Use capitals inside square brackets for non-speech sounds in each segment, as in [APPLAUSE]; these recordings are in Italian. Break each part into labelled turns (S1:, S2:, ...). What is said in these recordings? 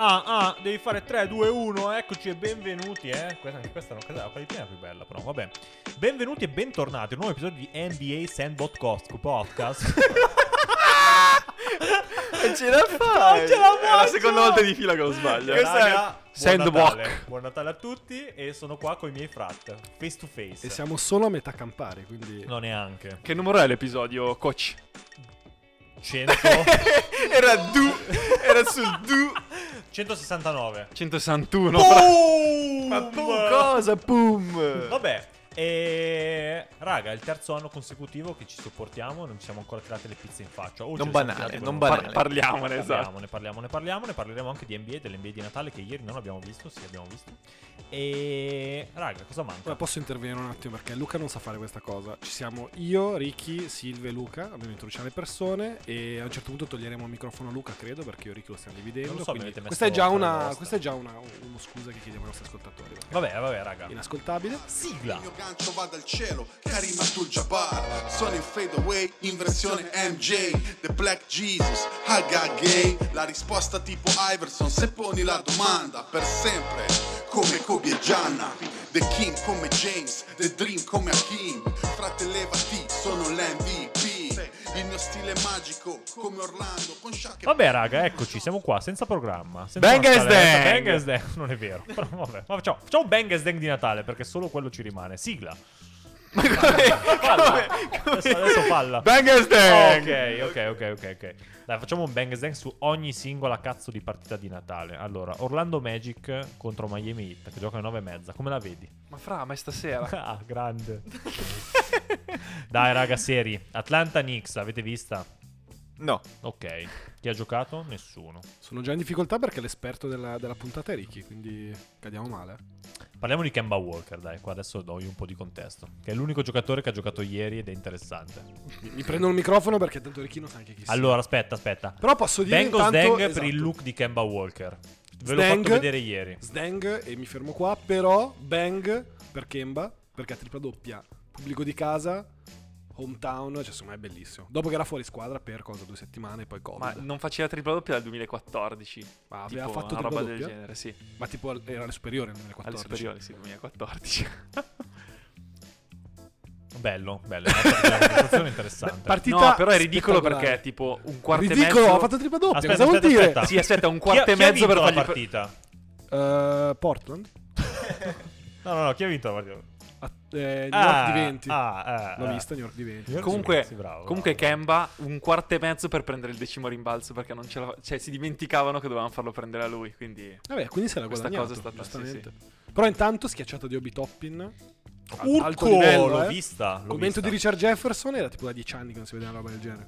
S1: ah, ah, devi fare 3, 2, 1, eccoci e benvenuti, eh. Questa, anche questa non questa, quella di prima è la più bella, però vabbè. Benvenuti e bentornati a un nuovo episodio di NBA Sandbot Cost Podcast.
S2: [LAUGHS] Non ce la fai!
S1: Non ce la
S2: È la
S1: faccio!
S2: seconda volta di fila che lo sbaglio.
S1: Raga,
S2: Raga,
S1: buon
S2: Sandbox.
S1: Natale. Buon Natale a tutti e sono qua con i miei frat, face to face.
S3: E siamo solo a metà campare, quindi...
S1: No, neanche.
S2: Che numero è l'episodio,
S3: [LAUGHS]
S2: coach?
S1: 100 [LAUGHS]
S2: Era du, era sul du
S1: 169.
S2: 161.
S1: Boom!
S2: Ma tu
S3: boh.
S2: cosa? Boom!
S1: Vabbè. E raga, è il terzo anno consecutivo che ci sopportiamo, non ci siamo ancora tirate le pizze in faccia. O ce
S2: Non
S1: le siamo
S2: banale,
S1: tirate con
S2: non
S1: un-
S2: banale.
S1: Par-
S2: Cioè, parliamone, esatto.
S1: Parliamone, parliamone, parliamone, parleremo anche di NBA, dell'NBA di Natale che ieri non abbiamo visto, sì abbiamo visto. E raga, cosa manca?
S3: Ora posso intervenire un attimo perché Luca non sa fare questa cosa. Ci siamo io, Ricky, Silve e Luca, abbiamo introduciamo le persone e a un certo punto toglieremo il microfono a Luca, credo, perché io e Ricky lo stiamo dividendo.
S1: Non lo so, mi
S3: quindi
S1: avete messo
S3: questa è già,
S1: fuori
S3: una,
S1: vostra.
S3: questa è già una, uno scusa che chiediamo ai nostri ascoltatori. perché
S1: Vabbè, vabbè, raga.
S3: è inascoltabile.
S1: Sigla.
S4: Il mio gancio va dal cielo, Karim Abdul-Jabbar Sono in fade away, in versione MJ The Black Jesus, Haga Gay La risposta tipo Iverson, se poni la domanda Per sempre, come Kobe e Gianna The King come James, The Dream come Hakim Fratellevati, sono l'MVP Il mio stile è magico, come Orlando Con Shaq e-
S1: Vabbè, raga, eccoci, siamo qua, senza programma. Senza
S2: Bang
S1: una
S2: as
S1: scaletta.
S2: dang!
S1: Bang as dang, [LAUGHS] non è vero. Però vabbè, ma facciamo, facciamo un bang as dang di Natale, perché solo quello ci rimane. Sigla.
S2: Ma come?
S1: Falla.
S2: come-
S1: Adesso, adesso falla.
S2: Bangers Dang!
S1: Ok, ok, ok, ok, ok. Dai, facciamo un bang as dang su ogni singola cazzo di partita di Natale. Allora, Orlando Magic contro Miami Heat, che gioca alle 9 e mezza. Come la vedi?
S2: Ma fra, ma è stasera?
S1: Ah, grande. [LAUGHS] Dai, raga, seri. Atlanta Knicks, l'avete vista?
S2: [LAUGHS] No.
S1: Ok. Chi ha giocato? Nessuno.
S3: Sono già in difficoltà perché l'esperto della, della puntata è Ricky, quindi cadiamo male.
S1: Parliamo di Kemba Walker, dai, qua adesso do io un po' di contesto. Che è l'unico giocatore che ha giocato ieri ed è interessante.
S3: Mi, mi prendo il microfono perché tanto Ricky non sa anche chi sia.
S1: Allora, aspetta, aspetta.
S3: Però posso dire
S1: Bengals
S3: intanto...
S1: Dang per
S3: esatto.
S1: il look di Kemba Walker. Ve l'ho
S3: Dang.
S1: fatto vedere ieri.
S3: Sdang e mi fermo qua, però Bang per Kemba, perché ha tripla doppia, pubblico di casa, hometown, cioè secondo me è bellissimo. Dopo che era fuori squadra per cosa, due settimane e poi
S2: Ma
S3: Covid. Ma,
S2: non faceva tripla doppia dal 2014.
S3: aveva
S2: Tipo,
S3: fatto
S2: una
S3: tripla
S2: roba
S3: doppia?
S2: del genere, sì.
S3: tipo al- era alle superiori nel
S2: Alle
S3: 2014.
S2: superiori, sì, 2014.
S1: Bello, bello. È una
S3: [LAUGHS]
S1: presentazione interessante.
S3: Beh, partita
S2: no, però è ridicolo
S3: spettacolare.
S2: perché è tipo un quarto e
S3: Ridicolo,
S2: mezzo.
S3: ha fatto tripla doppia,
S1: Aspetta,
S3: cosa vuol
S1: aspetta,
S3: dire?
S1: aspetta.
S2: Sì, aspetta, un
S1: Chi ha-
S2: quarto e
S1: chi ha
S2: mezzo per
S1: vinto la
S2: fargli [LAUGHS]
S1: partita?
S3: Eh, Portland,
S1: No, no, no, chi ha vinto la partita?
S3: a- eh, New
S1: Ah,
S3: York di 20.
S2: eh,
S1: ah, ah,
S3: L'ho
S1: ah.
S3: vista, New York di 20.
S1: New York
S2: Comunque,
S1: sì, bravo,
S2: comunque
S1: bravo.
S2: Kemba un quarto e mezzo per prendere il decimo rimbalzo perché non ce la cioè si dimenticavano che dovevano farlo prendere a lui, quindi
S3: Vabbè, quindi se l'ha
S2: Questa cosa
S3: guadagnato,
S2: è stata-
S3: giustamente. Però intanto schiacciata di Obi Toppin. alto
S1: Urco,
S3: livello,
S1: l'ho
S3: eh.
S1: vista. L'ho
S3: Commento
S1: vista.
S3: di Richard Jefferson era tipo da 10 anni che non si vedeva una roba del genere.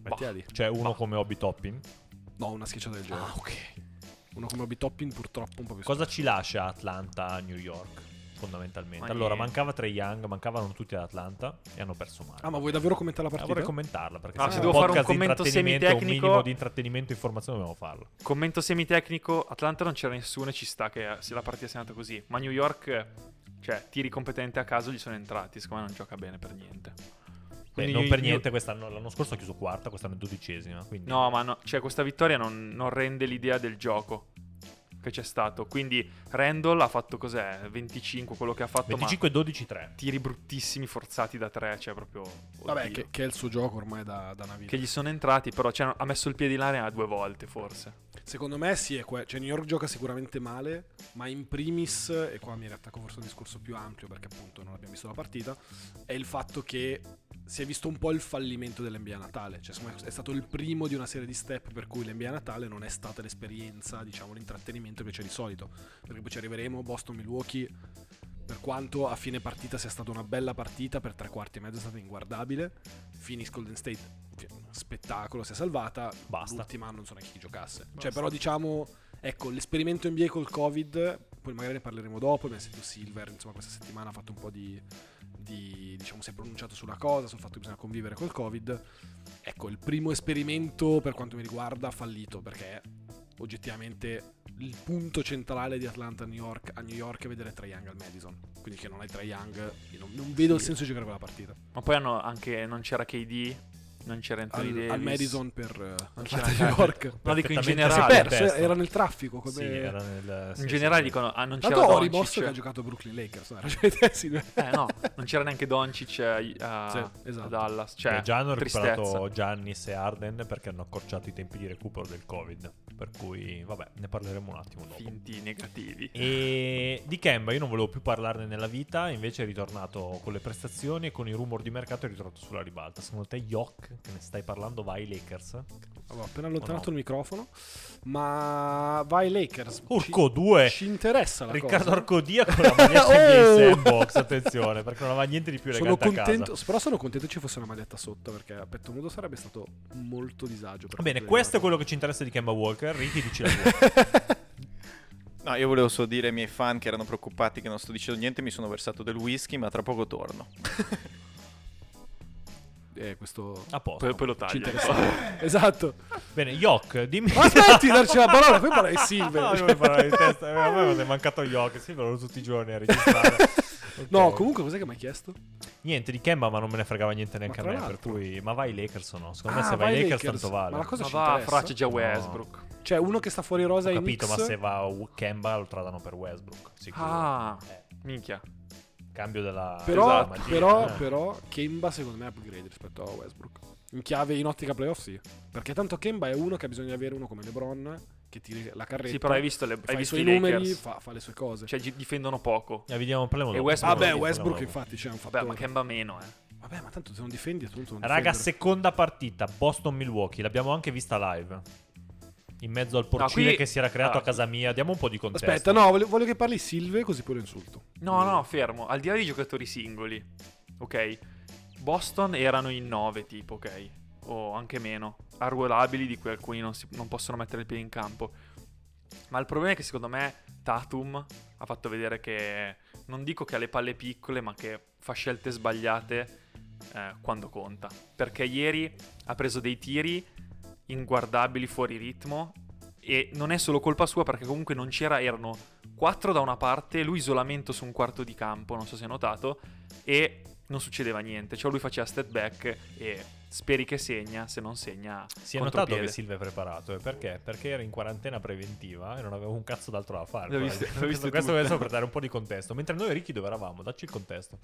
S1: Bah,
S3: Mettila lì.
S1: C'è Cioè, uno come Hobby Toppin.
S3: No, una schiacciata del genere.
S1: Ah, ok.
S3: Uno come Obi Toppin purtroppo un po' più
S1: Cosa ci lascia Atlanta a New York? Fondamentalmente.
S2: Ma
S1: allora,
S2: niente.
S1: mancava Trey Young, mancavano tutti ad Atlanta e hanno perso male.
S3: Ah, ma vuoi davvero commentare la
S1: Eh,
S3: partita?
S1: vorrei commentarla perché
S2: Ah,
S1: se
S3: se
S1: è
S3: devo
S2: fare un
S1: podcast di
S2: commento
S1: intrattenimento, un
S2: semitecnico-
S1: minimo di intrattenimento e informazione dobbiamo farlo.
S2: commento semitecnico, Atlanta non c'era nessuno e ci sta che eh, se la partita sia andata così, ma New York eh, cioè tiri competente a caso gli sono entrati, secondo me non gioca bene per niente.
S1: Beh,
S2: Quindi
S1: non
S2: New-
S1: per niente quest'anno, l'anno scorso ha chiuso quarta, quest'anno è dodicesima. Quindi...
S2: No, ma no, cioè questa vittoria non, non rende l'idea del gioco che c'è stato. Quindi Randall ha fatto cos'è? 25 quello che ha fatto,
S1: 25 e 12 3.
S2: ma tiri bruttissimi forzati da tre, cioè proprio
S3: Vabbè,
S2: oddio.
S3: che, che è il suo gioco ormai da, da una vita.
S2: che gli sono entrati, però cioè, ha messo il piede in area due volte forse.
S3: Secondo me sì, è que- cioè New York gioca sicuramente male, ma in primis, e qua mi riattacco forse a un discorso più ampio perché appunto non abbiamo visto la partita, è il fatto che si è visto un po' il fallimento dell'NBA a Natale, cioè secondo me è stato il primo di una serie di step per cui l'NBA a Natale non è stata l'esperienza, diciamo l'intrattenimento che c'è di solito, perché poi ci arriveremo, Boston-Milwaukee, per quanto a fine partita sia stata una bella partita, per tre quarti e mezzo è stata inguardabile, Phoenix Golden State fi- spettacolo, si è salvata,
S1: Basta.
S3: l'ultima non so neanche chi giocasse.
S2: Basta.
S3: Cioè, però diciamo, ecco, l'esperimento NBA col Covid, poi magari ne parleremo dopo, abbiamo sentito Silver, insomma, questa settimana ha fatto un po' di, di- diciamo, si è pronunciato sulla cosa, sul fatto che bisogna convivere col Covid. Ecco, il primo esperimento, per quanto mi riguarda, fallito, perché oggettivamente il punto centrale di Atlanta a New York, a New York è vedere Trae Young al Madison. Quindi che non hai Trae Young, io non, non vedo il senso di giocare quella partita.
S2: Ma poi hanno anche non c'era KD non c'era Anthony
S3: al,
S2: Davis.
S3: al Madison per eh,
S2: [LAUGHS] Non
S3: Atlanta
S2: c'era
S3: New York.
S2: Carter. No, dico
S1: Perfettamente
S2: in
S3: Si è
S2: generale.
S1: Carter.
S3: perso, eh,
S1: testa.
S3: era nel traffico. Come...
S1: Sì, era nel... sì,
S2: In
S1: sì,
S2: generale
S1: sì.
S2: dicono, ah, non c'era
S3: Tanto Ori Boss
S2: Doncic.
S3: che ha giocato a Brooklyn Lakers, [LAUGHS] eh, ragione te, sì, no?
S2: Eh no, non c'era neanche Doncic eh, a,
S3: Sì,
S2: a
S3: esatto.
S2: Dallas. Cioè,
S1: Eh, già hanno
S2: tristezza.
S1: recuperato Giannis e Arden perché hanno accorciato i tempi di recupero del Covid. Per cui, vabbè, ne parleremo un attimo dopo.
S2: Finti negativi.
S1: E di Kemba io non volevo più parlarne nella vita, invece è ritornato con le prestazioni e con i rumor di mercato è ritornato sulla ribalta. Secondo te, Yok, che ne stai parlando, vai ai Lakers?
S3: Avevo appena allontanato
S1: Oh, no.
S3: il microfono. Ma vai Lakers.
S1: Urco
S3: Ci-
S1: 2!
S3: Ci interessa la
S1: Riccardo
S3: cosa.
S1: Arcodia con la maglietta NBA
S3: [LAUGHS] Oh!
S1: Sandbox, attenzione, perché non aveva niente di più
S3: Sono
S1: elegante a casa.
S3: contento, però sono contento ci fosse una maglietta sotto perché a petto nudo sarebbe stato molto disagio. per
S1: Va bene,
S3: quanto
S1: questo è
S3: riguarda-
S1: quello che ci interessa di Kemba Walker. Ricky, dici la tua.
S5: No, io volevo solo dire ai miei fan che erano preoccupati che non sto dicendo niente, mi sono versato del whisky, ma tra poco torno.
S3: [LAUGHS] Eh, questo
S1: A posto.
S2: Poi, poi lo
S3: ci
S2: taglio.
S3: interessa. esatto.
S1: Bene, Yok, dimmi...
S3: Ma
S1: [LAUGHS]
S3: smetti di darci la parola, poi parlare di Silver.
S1: No, io volevo parlare di testa. Eh, A me è mancato Yok, sì, vado tutti i giorni a registrare. [LAUGHS] Ok.
S3: No, comunque cos'è che mi hai chiesto?
S1: Niente di Kemba, ma non me ne fregava niente neanche a
S3: tra
S1: me. Per
S3: l'altro.
S1: cui, ma vai Lakers o no? Secondo me,
S3: Ah,
S1: se vai
S3: vai
S1: Lakers,
S3: Lakers.
S1: tanto vale.
S3: Ma la cosa
S2: Ma
S3: ci
S2: va,
S3: interessa?
S2: fra c'è già
S1: No.
S2: Westbrook.
S3: Cioè, uno che sta fuori rosa
S1: Ho
S3: ai
S1: capito, ma
S3: Knicks-
S1: se va W- Kemba lo tradano per Westbrook. Sicuro.
S2: Ah,
S1: Eh,
S2: minchia.
S1: cambio
S2: Ah,
S1: della.
S3: Però,
S2: esatto,
S1: della magia,
S3: però,
S1: eh.
S3: però Kemba secondo me è upgrade rispetto a Westbrook. In chiave in ottica playoff sì. Perché tanto Kemba è uno che bisogna avere uno come LeBron che tiri la carretta.
S2: Sì, però hai visto, le,
S3: fa
S2: hai
S3: i
S2: visto
S3: suoi
S2: i
S3: numeri,
S2: Lakers.
S3: fa, fa le sue cose.
S2: Cioè, gi- difendono poco.
S1: Eh, vediamo, parliamo
S2: E
S1: dopo,
S2: Westbrook-
S1: parliamo
S3: Vabbè,
S1: dopo,
S3: Westbrook
S1: parliamo dopo.
S3: infatti c'è un fatto.
S2: Vabbè, ma Kemba meno, eh.
S3: Vabbè, ma tanto se non difendi appunto non
S1: Raga,
S3: difendere.
S1: seconda partita. Boston Milwaukee. L'abbiamo anche vista live. In mezzo al porcile
S2: qui-
S1: che si era creato
S2: Ah.
S1: a casa mia. Diamo un po' di contesto.
S3: Aspetta, no, voglio, voglio che parli Silve così poi lo insulto.
S2: No, no, fermo. Al di là dei giocatori singoli, ok? Boston erano in 9, tipo, ok? O anche meno. Arruolabili di cui alcuni non, si- non possono mettere il piede in campo. Ma il problema è che secondo me Tatum ha fatto vedere che non dico che ha le palle piccole, ma che fa scelte sbagliate eh, quando conta. Perché ieri ha preso dei tiri inguardabili fuori ritmo e non è solo colpa sua perché comunque non c'era, erano 4 da una parte, lui isolamento su un quarto di campo, non so se hai notato, e non succedeva niente, cioè lui faceva step back e speri che segna, se non segna...
S1: Si è notato
S2: contropiede.
S1: che Silve è preparato, eh, perché? Perché era in quarantena preventiva e non avevo un cazzo d'altro da fare.
S2: L'ho visto-
S1: probabilmente.
S2: l'ho visto
S1: [LAUGHS] questo
S2: tutto.
S1: questo per dare un po' di contesto. Mentre noi Ricky dove eravamo? Dacci il contesto.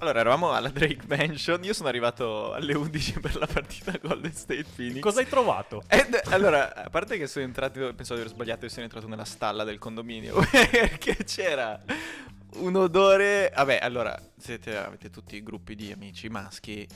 S5: Allora, eravamo alla Drake Mansion, io sono arrivato alle 11 per la partita Golden State Phoenix.
S1: Cosa hai trovato?
S5: Ed, allora, a parte che sono entrato, penso di aver sbagliato e sono entrato nella stalla del condominio, [LAUGHS] perché c'era un odore... Vabbè, allora, siete, avete tutti i gruppi di amici maschi,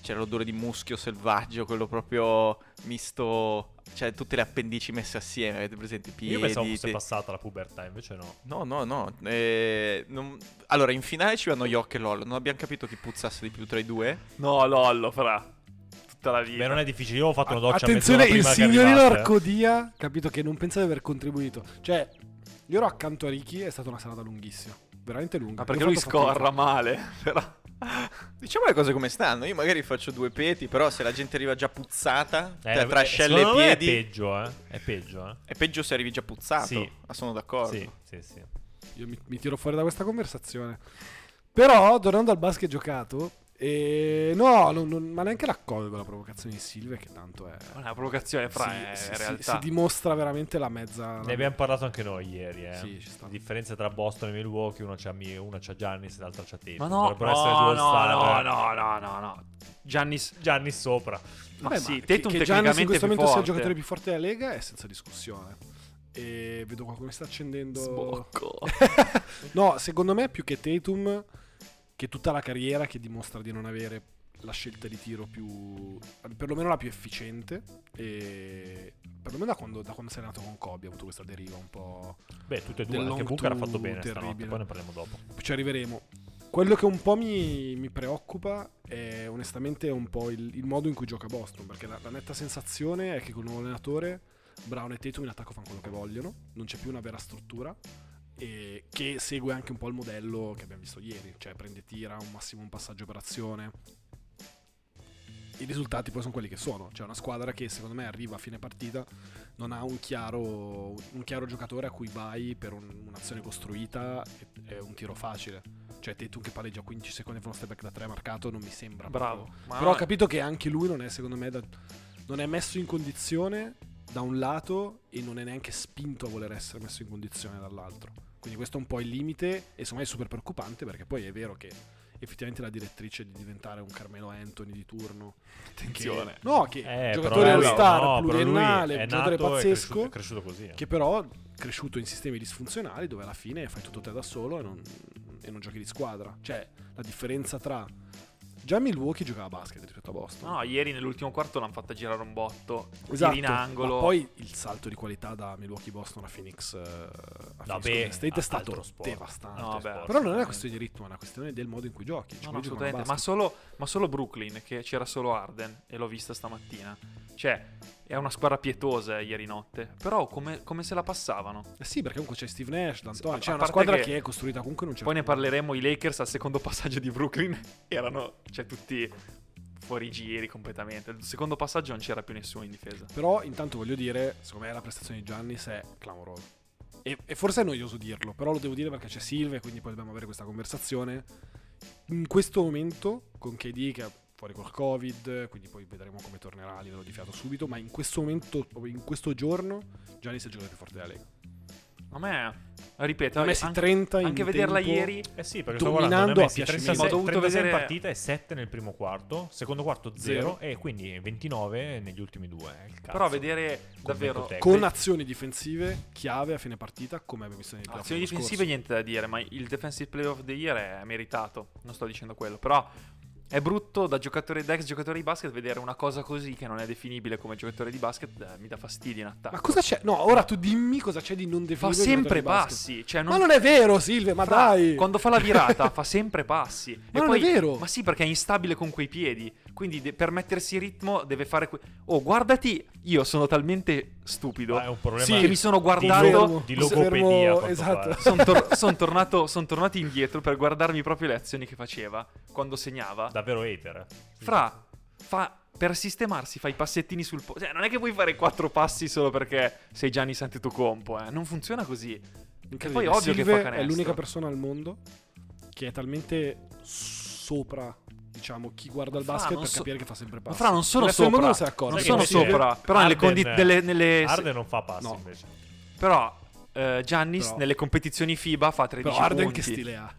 S5: c'era l'odore di muschio selvaggio, quello proprio misto... Cioè, tutte le appendici messe assieme, avete presente? Piedi,
S1: Io pensavo fosse
S5: te-
S1: passata la pubertà, invece no.
S5: No, no, no. eh, non- Allora, in finale ci vanno Yok e LOL, non abbiamo capito chi puzzasse di più tra
S1: [LAUGHS]
S5: i due.
S2: No, lollo, fra. Tutta la vita.
S1: Beh, non è difficile, io ho fatto una doccia
S3: Attenzione, il
S1: mezz'ora prima che
S3: signorino
S1: arrivaste, eh.
S3: Arcodia, capito che non pensa di aver contribuito. Cioè, io ero accanto a Ricky, è stata una serata lunghissima. Veramente lunga.
S2: Ma perché
S3: Io ho
S2: lui
S3: fatto fatica.
S2: scorra
S1: Eh,
S2: male, però...
S5: [LAUGHS] Diciamo le cose come stanno. Io magari faccio due peti, però se la gente arriva già puzzata,
S1: Eh,
S5: tra- tra
S1: eh,
S5: ascelle e
S1: secondo me
S5: piedi,
S1: È peggio, eh. È peggio, eh.
S5: è peggio se arrivi già puzzato.
S1: Sì.
S5: Ah, sono d'accordo.
S1: Sì, sì, sì.
S3: Io mi, mi tiro fuori da questa conversazione. Però, tornando al basket giocato, eh, no, non- non- ma neanche l'accolgo la provocazione di Silve, che tanto è.
S2: È una provocazione, fra, è
S3: si, si- si-
S2: realtà.
S3: si dimostra veramente la mezza.
S1: Ne abbiamo parlato anche noi ieri, eh.
S3: Ah, Sì, ci sta.
S1: La differenza tra Boston e Milwaukee, una c'ha, Mi- una c'ha Giannis e l'altra c'ha Tatum.
S2: Ma no,
S1: Dovrebbero essere due
S2: no, no, no,
S1: all-star, eh.
S2: no, no, no, no. Giannis...
S1: Giannis sopra.
S2: Ma
S3: Vabbè,
S2: sì,
S3: che-
S2: Tatum
S3: che Giannis
S2: tecnicamente
S3: in questo
S2: è più
S3: momento sia il
S2: forte.
S3: giocatore più forte della Lega è senza discussione. E vedo qualcuno che sta accendendo. [LAUGHS]
S2: Sbocco.
S3: No, secondo me più che Tatum, che tutta la carriera che dimostra di non avere la scelta di tiro più. perlomeno la più efficiente. E perlomeno da quando, da quando sei nato con Kobe ha avuto questa deriva un po'.
S1: Beh, tutte e due,
S3: Del
S1: anche
S3: long
S1: Booker ha
S3: two
S1: fatto bene stanotte,
S3: terribile.
S1: poi ne parliamo dopo.
S3: Ci arriveremo. Quello che un po' mi, mi preoccupa è onestamente un po' il, il modo in cui gioca Boston, perché la, la netta sensazione è che con un nuovo allenatore Brown e Tatum in attacco fanno quello che vogliono, non c'è più una vera struttura e che segue anche un po' il modello che abbiamo visto ieri, cioè prende tira, un massimo un passaggio per azione. I risultati poi sono quelli che sono, cioè una squadra che secondo me arriva a fine partita non ha un chiaro, un chiaro giocatore a cui vai per un- un'azione costruita e, e un tiro facile. Cioè, Tatum che palleggia 15 secondi con uno step back da 3 marcato, non mi sembra.
S2: Bravo.
S3: proprio.
S2: Ma
S3: Però
S2: no,
S3: ho capito che anche lui non è, secondo me, da- non è messo in condizione da un lato e non è neanche spinto a voler essere messo in condizione dall'altro. Quindi questo è un po' il limite e secondo me è super preoccupante perché poi è vero che effettivamente la direttrice di diventare un Carmelo Anthony di turno
S2: Attenzione.
S3: che- no, che
S1: Eh,
S3: giocatore
S1: però-
S3: all
S1: no,
S3: star,
S1: però lui
S3: pluriennale,
S1: è
S3: un giocatore
S1: nato e È
S3: pazzesco,
S1: cresciuto, è cresciuto così. eh.
S3: che però cresciuto in sistemi disfunzionali dove alla fine fai tutto te da solo e non, e non giochi di squadra. Cioè, la differenza tra... Già Milwaukee giocava a basket rispetto a Boston.
S2: No, ieri nell'ultimo quarto l'hanno fatta girare un botto.
S3: Esatto,
S2: Tiri in angolo.
S3: ma poi il salto di qualità da Milwaukee Boston a Phoenix, eh, a Phoenix
S1: beh,
S3: Golden State
S1: altro
S3: è stato
S1: sport.
S3: devastante.
S2: No, vabbè.
S3: Però non è una questione di ritmo, è una questione del modo in cui giochi. Cioè,
S2: No, no,
S3: quelli giocano a
S2: assolutamente. Ma
S3: basket.
S2: solo, ma solo Brooklyn, che c'era solo Arden, e l'ho vista stamattina. Cioè, è una squadra pietosa eh, ieri notte. Però come, come se la passavano.
S3: Eh sì, perché comunque c'è Steve Nash, D'Antonio,
S2: Sì,
S3: c'è
S2: a
S3: una
S2: parte
S3: squadra
S2: che-
S3: che... è costruita comunque in un certo
S2: Poi ne parleremo, i Lakers al secondo [LAUGHS] passaggio di Brooklyn erano, cioè, tutti fuori giri completamente. Il secondo passaggio non c'era più nessuno in difesa.
S3: Però intanto voglio dire, secondo me la prestazione di Giannis è clamorosa. E, e forse è noioso dirlo, però lo devo dire perché c'è Silve, quindi poi dobbiamo avere questa conversazione. In questo momento, con KD che è fuori col Covid, quindi poi vedremo come tornerà a livello di fiato subito, ma in questo momento, proprio in questo giorno, Giannis è il giocatore più forte della Lega.
S2: Eh, A me, ripeto, eh,
S3: Ha messi
S2: anche,
S3: 30 in
S2: anche vederla
S3: tempo.
S2: ieri
S1: Eh sì, perché
S3: Dominando
S1: sto guardando, ne ha messi
S3: a piacimento.
S1: 36,
S2: Ho dovuto
S1: 36
S2: vedere-
S1: partite e 7 nel primo quarto, secondo quarto 0 e quindi 29 negli ultimi due. eh, il cazzo.
S2: Però vedere
S1: Commento
S2: davvero
S1: tecnico.
S3: Con azioni difensive chiave a fine partita, come abbiamo visto nei playoff
S2: azioni
S3: l'anno
S2: difensive
S3: scorso.
S2: niente da dire, ma il defensive player of the year è meritato, non sto dicendo quello, però è brutto da giocatore da ex giocatore di basket vedere una cosa così che non è definibile come giocatore di basket, eh, mi dà fastidio in attacco.
S3: Ma cosa c'è? No, ora tu dimmi cosa c'è di non
S2: fa
S3: definito.
S2: sempre passi, cioè non
S3: Ma non è vero, Silve, ma
S2: Fra-
S3: dai!
S2: Quando fa la virata fa sempre passi.
S3: [LAUGHS] Ma non è vero!
S2: Ma sì, perché è instabile con quei piedi. Quindi de- per mettersi ritmo deve fare. que- oh, guardati, io sono talmente stupido.
S1: Ma Ah, è un problema
S2: Sì, che mi sono
S1: di,
S2: guardato.
S1: lo- di logopedia. a quanto
S3: Esatto.
S1: pare.
S2: Sono tornato, son tornato indietro per guardarmi proprio le azioni che faceva quando segnava.
S1: Davvero hater. eh.
S2: Fra, fa- per sistemarsi fa i passettini sul po- Cioè, non è che puoi fare quattro passi solo perché sei Gianni Santitucompo, eh. Non funziona così. E poi è ovvio
S3: Silve
S2: che fa canestro.
S3: è l'unica persona al mondo che è talmente sopra, diciamo, chi guarda il
S2: Fra,
S3: basket
S2: non
S3: per
S2: so-
S3: capire che fa sempre
S2: Ma
S3: passi.
S2: fra non sono
S3: Il resto del
S2: sopra.
S3: mondo non se ne accorge.
S2: non
S1: Sai
S2: sono
S1: che invece
S2: sopra. Però nelle
S1: Harden-
S2: condi- delle- nelle-
S1: Harden non fa passi
S3: No.
S1: invece.
S2: Però eh, Giannis
S3: Però-
S2: nelle competizioni FIBA fa 13
S3: Però Arden
S2: punti.
S3: che stile ha?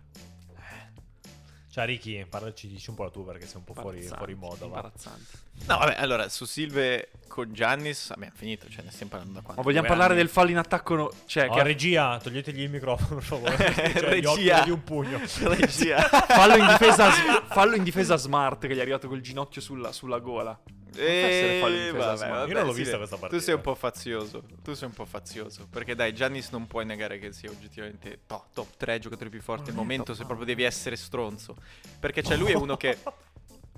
S1: Cioè, Ricky, parlaci, dici un po' la tua perché sei un po' fuori,
S2: Imbarazzanti,
S1: fuori moda. Va.
S2: imbarazzanti.
S5: No, vabbè, allora, su Silve con Giannis abbiamo finito, cioè ne stiamo parlando da quanto?
S2: Ma vogliamo
S5: [LAUGHS] Due
S2: parlare
S5: anni?
S2: del fallo in attacco? no- cioè,
S1: Oh,
S2: che
S1: regia, toglietegli il microfono, per favore.
S5: [LAUGHS]
S1: Cioè, gli
S5: Regia. Cioè,
S1: occhi di un pugno.
S5: [LAUGHS] Regia.
S2: fallo, in difesa, fallo in difesa smart che gli è arrivato col ginocchio sulla, sulla gola. essere fallo in
S5: Eh,
S2: difesa smart.
S1: Io non l'ho vista
S5: Silve,
S1: questa
S5: Tu sei
S1: partita.
S5: un po' fazioso. Tu sei un po' fazioso. Perché dai, Giannis non puoi negare che sia oggettivamente top, top 3 giocatore più forte
S2: Ma
S5: al
S2: non è
S5: momento.
S2: top
S5: Se
S2: uno.
S5: proprio devi essere stronzo. Perché cioè lui è
S2: [LAUGHS]
S5: uno che.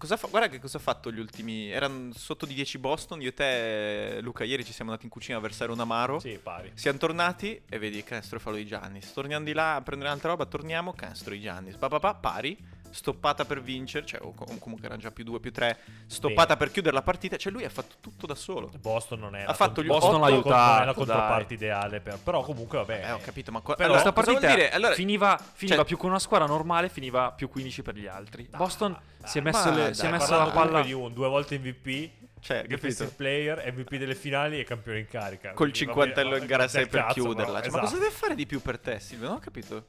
S5: Cosa fa- Guarda che cosa ha fatto gli ultimi. Erano sotto di 10 Boston. Io e te, Luca, ieri ci siamo andati in cucina a versare un
S1: [LAUGHS]
S5: amaro.
S1: Sì, pari.
S5: Siamo tornati e vedi canestro e fallo di Giannis. Torniamo di là a prendere un'altra roba, torniamo, canestro di Giannis. Pa, pa, pa, pari, stoppata per vincere, cioè o com- comunque erano già più 2 più 3, stoppata per chiudere la partita, cioè lui ha fatto tutto da solo.
S1: Boston non è
S5: Ha
S1: la
S5: fatto
S1: cont-
S5: gli
S1: Boston non è la
S2: otto,
S1: cont- non è la
S2: dai.
S1: controparte ideale per- però comunque vabbè
S5: Eh, ho capito, ma qua-
S1: Però-
S5: allora,
S2: Questa
S5: cosa
S2: partita
S5: vuol dire? Allora,
S2: finiva, finiva
S5: cioè-
S2: più con una squadra normale, finiva più 15 per gli altri. Boston si è
S5: ma
S2: messo,
S1: Eh,
S2: le-
S5: dai,
S2: si è
S5: ma
S2: messo
S5: guarda,
S2: la palla.
S1: di un due volte MVP
S5: cioè,
S1: defensive
S5: capito?
S1: player MVP delle finali e campione in carica
S5: Col
S1: Quindi, vabbè,
S5: cinquantello in gara
S1: cazzo,
S5: 6 per
S1: però,
S5: chiuderla. Cioè, Ma
S1: esatto.
S5: cosa deve fare di più per te, Silvio? Non ho capito.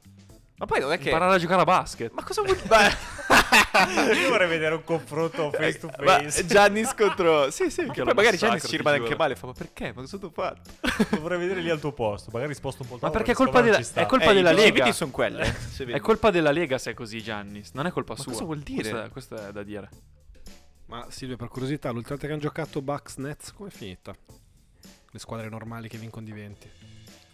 S5: Ma poi non è che
S2: Imparare a giocare a basket.
S5: Ma cosa [LAUGHS] vuol dire?
S1: io vorrei vedere un confronto face to
S5: Eh,
S2: Eh,
S5: Ma
S1: face
S5: Giannis contro Sì, sì,
S2: Ma
S5: che
S2: lo
S5: poi magari
S2: massacro,
S5: Giannis
S2: ti
S5: ci rimane
S2: giuro.
S5: anche male, fa ma perché? Ma cosa tu fatto?
S1: vorrei vedere lì al tuo posto magari sposto un po' il
S2: Ma
S1: tavolo,
S2: perché è
S1: secondo
S2: colpa
S1: me
S2: della-
S1: non ci sta.
S2: è colpa della
S5: Eh, i
S2: Lega. Eh,
S5: limiti sono quelle. eh, se vedi.
S2: È colpa della Lega se è così, Giannis. Non è colpa sua.
S5: cosa vuol dire?
S2: Questo è, questo è da dire.
S3: Ma Silve, per curiosità, l'ultima volta che hanno giocato Bucks Nets, com'è finita? Le squadre normali che vincono di 20.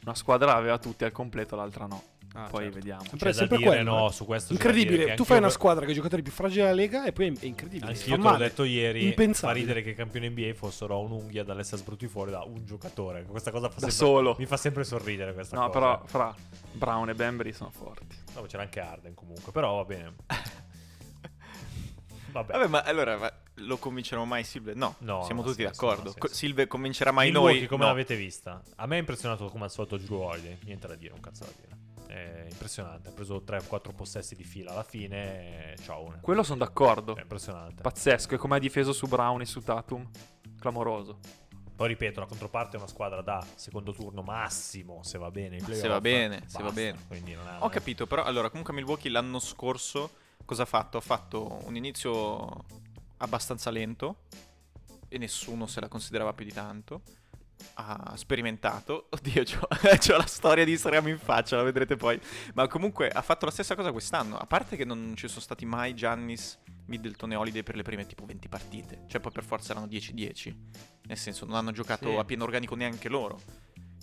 S2: Una squadra aveva tutti al completo, l'altra no.
S3: Ah,
S2: Poi
S3: certo.
S2: vediamo.
S1: C'è
S3: Sempre,
S1: da
S3: sempre
S1: dire,
S3: quello.
S1: no
S3: eh.
S1: su questo c'è da dire che
S3: Incredibile, tu
S1: anch'io
S3: fai una
S1: vo-
S3: squadra che i giocatori più fragili della Lega e poi è è incredibile.
S1: Anzi,
S3: fa
S1: io te l'ho
S3: male.
S1: detto ieri,
S3: Impensabile.
S1: fa ridere che i campioni NBA fossero un'unghia dall'essere sbrutti fuori da un giocatore. Questa cosa fa
S2: Da
S1: sempre,
S2: solo.
S1: mi fa sempre sorridere questa
S2: No,
S1: cosa.
S2: però fra Brown e Bembry sono forti.
S1: No, c'era anche Arden comunque, però va
S3: [LAUGHS]
S1: bene. Vabbè.
S5: Vabbè, ma allora ma lo convinceremo mai Silve? No,
S1: No,
S5: siamo
S1: no,
S5: tutti
S1: sì,
S5: d'accordo.
S1: sì, no, sì,
S5: Co- Silve convincerà mai
S1: Milwaukee,
S5: noi?
S1: come
S5: No.
S1: l'avete vista? A me è impressionato come al solito Drew Holiday, niente da dire, un cazzo da dire. È impressionante. Ha preso 3-4 possessi di fila alla fine. eh, Ciao, una.
S2: Quello sono d'accordo.
S5: Eh,
S1: È impressionante.
S2: Pazzesco, è come ha difeso su Brown e su Tatum. Clamoroso.
S1: Poi ripeto, la controparte è una squadra da secondo turno massimo, se va bene. i playoff.
S5: Se va bene, se
S1: Basta.
S5: va bene.
S1: Quindi non ha- [LAUGHS]
S5: Ho capito, però allora comunque Milwaukee l'anno scorso cosa ha fatto? Ha fatto un inizio abbastanza lento e nessuno se la considerava più di tanto. Ha sperimentato, [LAUGHS] oddio, c'ho, c'ho la storia di Instagram in faccia, la vedrete poi. Ma comunque ha fatto la stessa cosa quest'anno, a parte che non ci sono stati mai Giannis, Middleton e Holiday per le prime tipo 20 partite, cioè poi per forza erano 10-10, nel senso non hanno giocato
S2: Sì.
S5: a pieno organico neanche loro.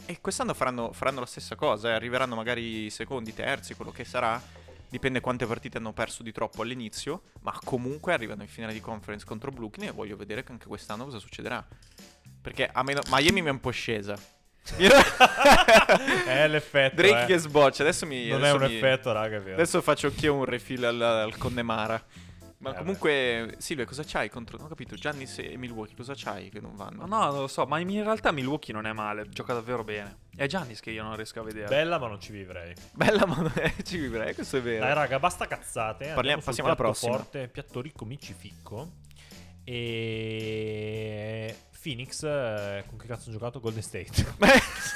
S5: E quest'anno faranno, faranno la stessa cosa, eh, arriveranno magari secondi, terzi, quello che sarà. Dipende quante partite hanno perso di troppo all'inizio, ma comunque arrivano in finale di conference contro Brooklyn e voglio vedere che anche quest'anno cosa succederà. Perché a meno... Miami mi è un po'
S1: [LAUGHS]
S5: scesa.
S1: È l'effetto.
S5: Drake
S1: eh.
S5: che sboccia, adesso mi...
S1: Non è
S5: adesso
S1: un
S5: mi-
S1: effetto, eh. raga, è vero.
S5: Adesso faccio anch'io un refill al, al Connemara. Ma
S1: Eh,
S5: comunque, Silvia, cosa c'hai contro... Non ho capito, Giannis e Milwaukee, cosa c'hai che non vanno?
S2: Ma no, non lo so, ma in realtà Milwaukee non è male, gioca davvero bene. È Giannis che io non riesco a vedere.
S1: Bella, ma non ci vivrei.
S5: Bella, ma non è... [LAUGHS] ci vivrei, questo è vero.
S1: Dai, raga, basta cazzate. eh. Andiamo
S5: Parliamo-
S1: sul
S5: passiamo alla
S1: piatto
S5: prossima.
S1: Forte, piatto ricco, mici ficco. E. Phoenix, eh, con che cazzo ho giocato? Golden State.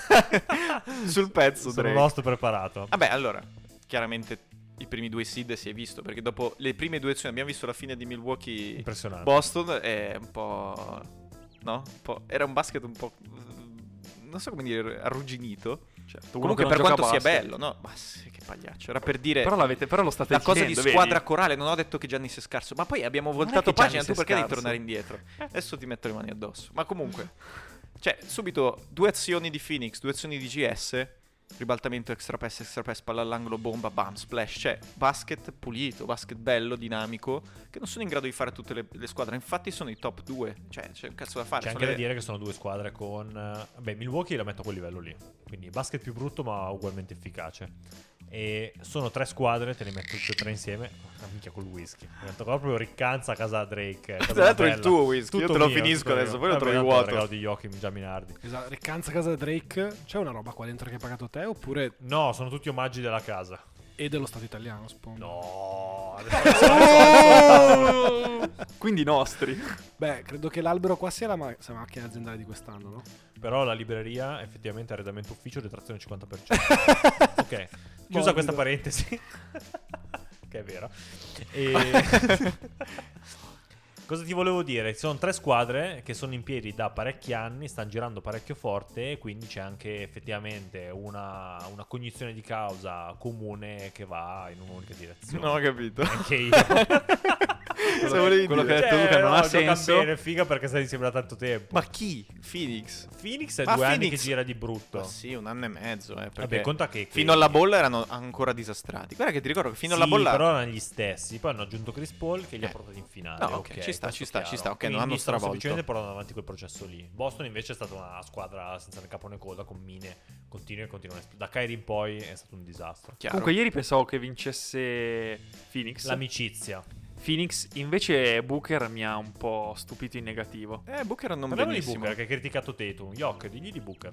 S5: [LAUGHS] Sul
S1: [LAUGHS]
S5: pezzo,
S1: Sono
S5: Drake. Ah,
S1: lost preparato.
S5: Vabbè, allora, chiaramente i primi due seed si è visto, perché dopo le prime due azioni abbiamo visto la fine di Milwaukee
S1: Impressionante.
S5: Boston è un po' no, un po'- era un basket un po' non so come dire, arrugginito.
S2: Certo, uno
S5: Comunque
S2: che
S5: per
S2: non
S5: quanto
S2: gioca
S5: sia
S2: a basket.
S5: bello, no? Ma sì, che pagliaccio, era per dire
S2: Però, l'avete- però lo state
S5: la cosa di
S2: decidendo, vedi?
S5: squadra corale, non ho detto che Gianni sia scarso, ma poi abbiamo
S2: è
S5: voltato
S2: che Gianni
S5: pagina, tu
S2: sia
S5: perché devi
S2: scarso.
S5: tornare indietro?
S1: Eh.
S5: Adesso ti metto le mani addosso. Ma comunque, cioè, subito due azioni di Phoenix, due azioni di GS, ribaltamento extra pass, extra pass, palla all'angolo, bomba, bam, splash, cioè, basket pulito, basket bello, dinamico, che non sono in grado di fare tutte le, le squadre, infatti sono i top 2, cioè, c'è un cazzo da fare.
S1: C'è anche da
S5: sono le- [LAUGHS]
S1: dire che sono due squadre con. eh, Beh, Milwaukee la metto a quel livello lì. Quindi basket più brutto, ma ugualmente efficace. E sono tre squadre, te le metto tutte e tre insieme. Una minchia col whisky. Mi metto proprio riccanza a casa Drake. eh, cosa
S5: Tra l'altro
S1: bella.
S5: il tuo whisky, io
S1: Tutto
S5: te lo
S1: mio,
S5: finisco
S1: tutto mio.
S5: adesso, poi lo
S1: Eh,
S5: trovi
S1: beh, tanto
S5: vuoto.
S1: regalo di Joachim Giaminardi.
S3: Esatto, Riccanza casa Drake, c'è una roba qua dentro che hai pagato te oppure
S1: No, sono tutti omaggi della casa.
S3: è dello Stato italiano? Sponda?
S2: [LAUGHS]
S1: No,
S2: Quindi nostri.
S1: [LAUGHS]
S3: Beh, credo che l'albero qua sia la, ma- sia la macchina aziendale di quest'anno,
S2: [LAUGHS]
S3: no?
S1: Però la libreria effettivamente arredamento ufficio detrazione
S3: [LAUGHS]
S1: 50%. ok. Chiusa
S3: Morbido.
S1: questa parentesi. [LAUGHS] che è vero. E- Cosa ti volevo dire? Ci sono tre squadre che sono in piedi da parecchi anni, stanno girando parecchio forte e quindi c'è anche effettivamente una, una cognizione di causa comune che va in un'unica direzione.
S5: Non ho capito.
S1: Anche io.
S5: Se volevi
S2: quello che
S5: dire.
S2: ha detto
S1: Cioè,
S2: Luca non
S1: no,
S2: ha
S1: gioca
S2: senso.
S1: bene, figa perché sei sembra tanto tempo.
S5: Ma chi? Phoenix?
S1: Phoenix è
S5: Ma
S1: due anni che
S5: Phoenix-
S1: gira di brutto.
S2: Boh.
S5: Ma sì, un anno e mezzo. Eh, perché
S1: Vabbè, conta che, che-
S5: fino alla bolla erano ancora disastrati. Guarda che ti ricordo che fino alla
S1: Sì,
S5: bolla.
S1: però erano gli stessi. Poi hanno aggiunto Chris Paul che li ha
S5: Eh.
S1: portati in finale.
S5: No, ok, ci sta,
S1: questo
S5: ci sta,
S1: chiaro.
S5: ci sta, ok,
S1: Quindi
S5: non hanno
S1: stanno
S5: stravolto.
S1: Semplicemente portando avanti quel processo lì. Boston invece è stata una squadra senza né capo né coda, con mine continue e continue. Da Kyrie in poi è stato un disastro.
S5: Chiaro.
S2: Comunque ieri pensavo che vincesse Phoenix.
S1: L'amicizia.
S2: Phoenix invece Booker mi ha un po' stupito in negativo.
S5: Eh, Booker non
S1: Parliamo di
S5: benissimo.
S1: Booker che ha criticato Tatum. Yok, digli di Booker.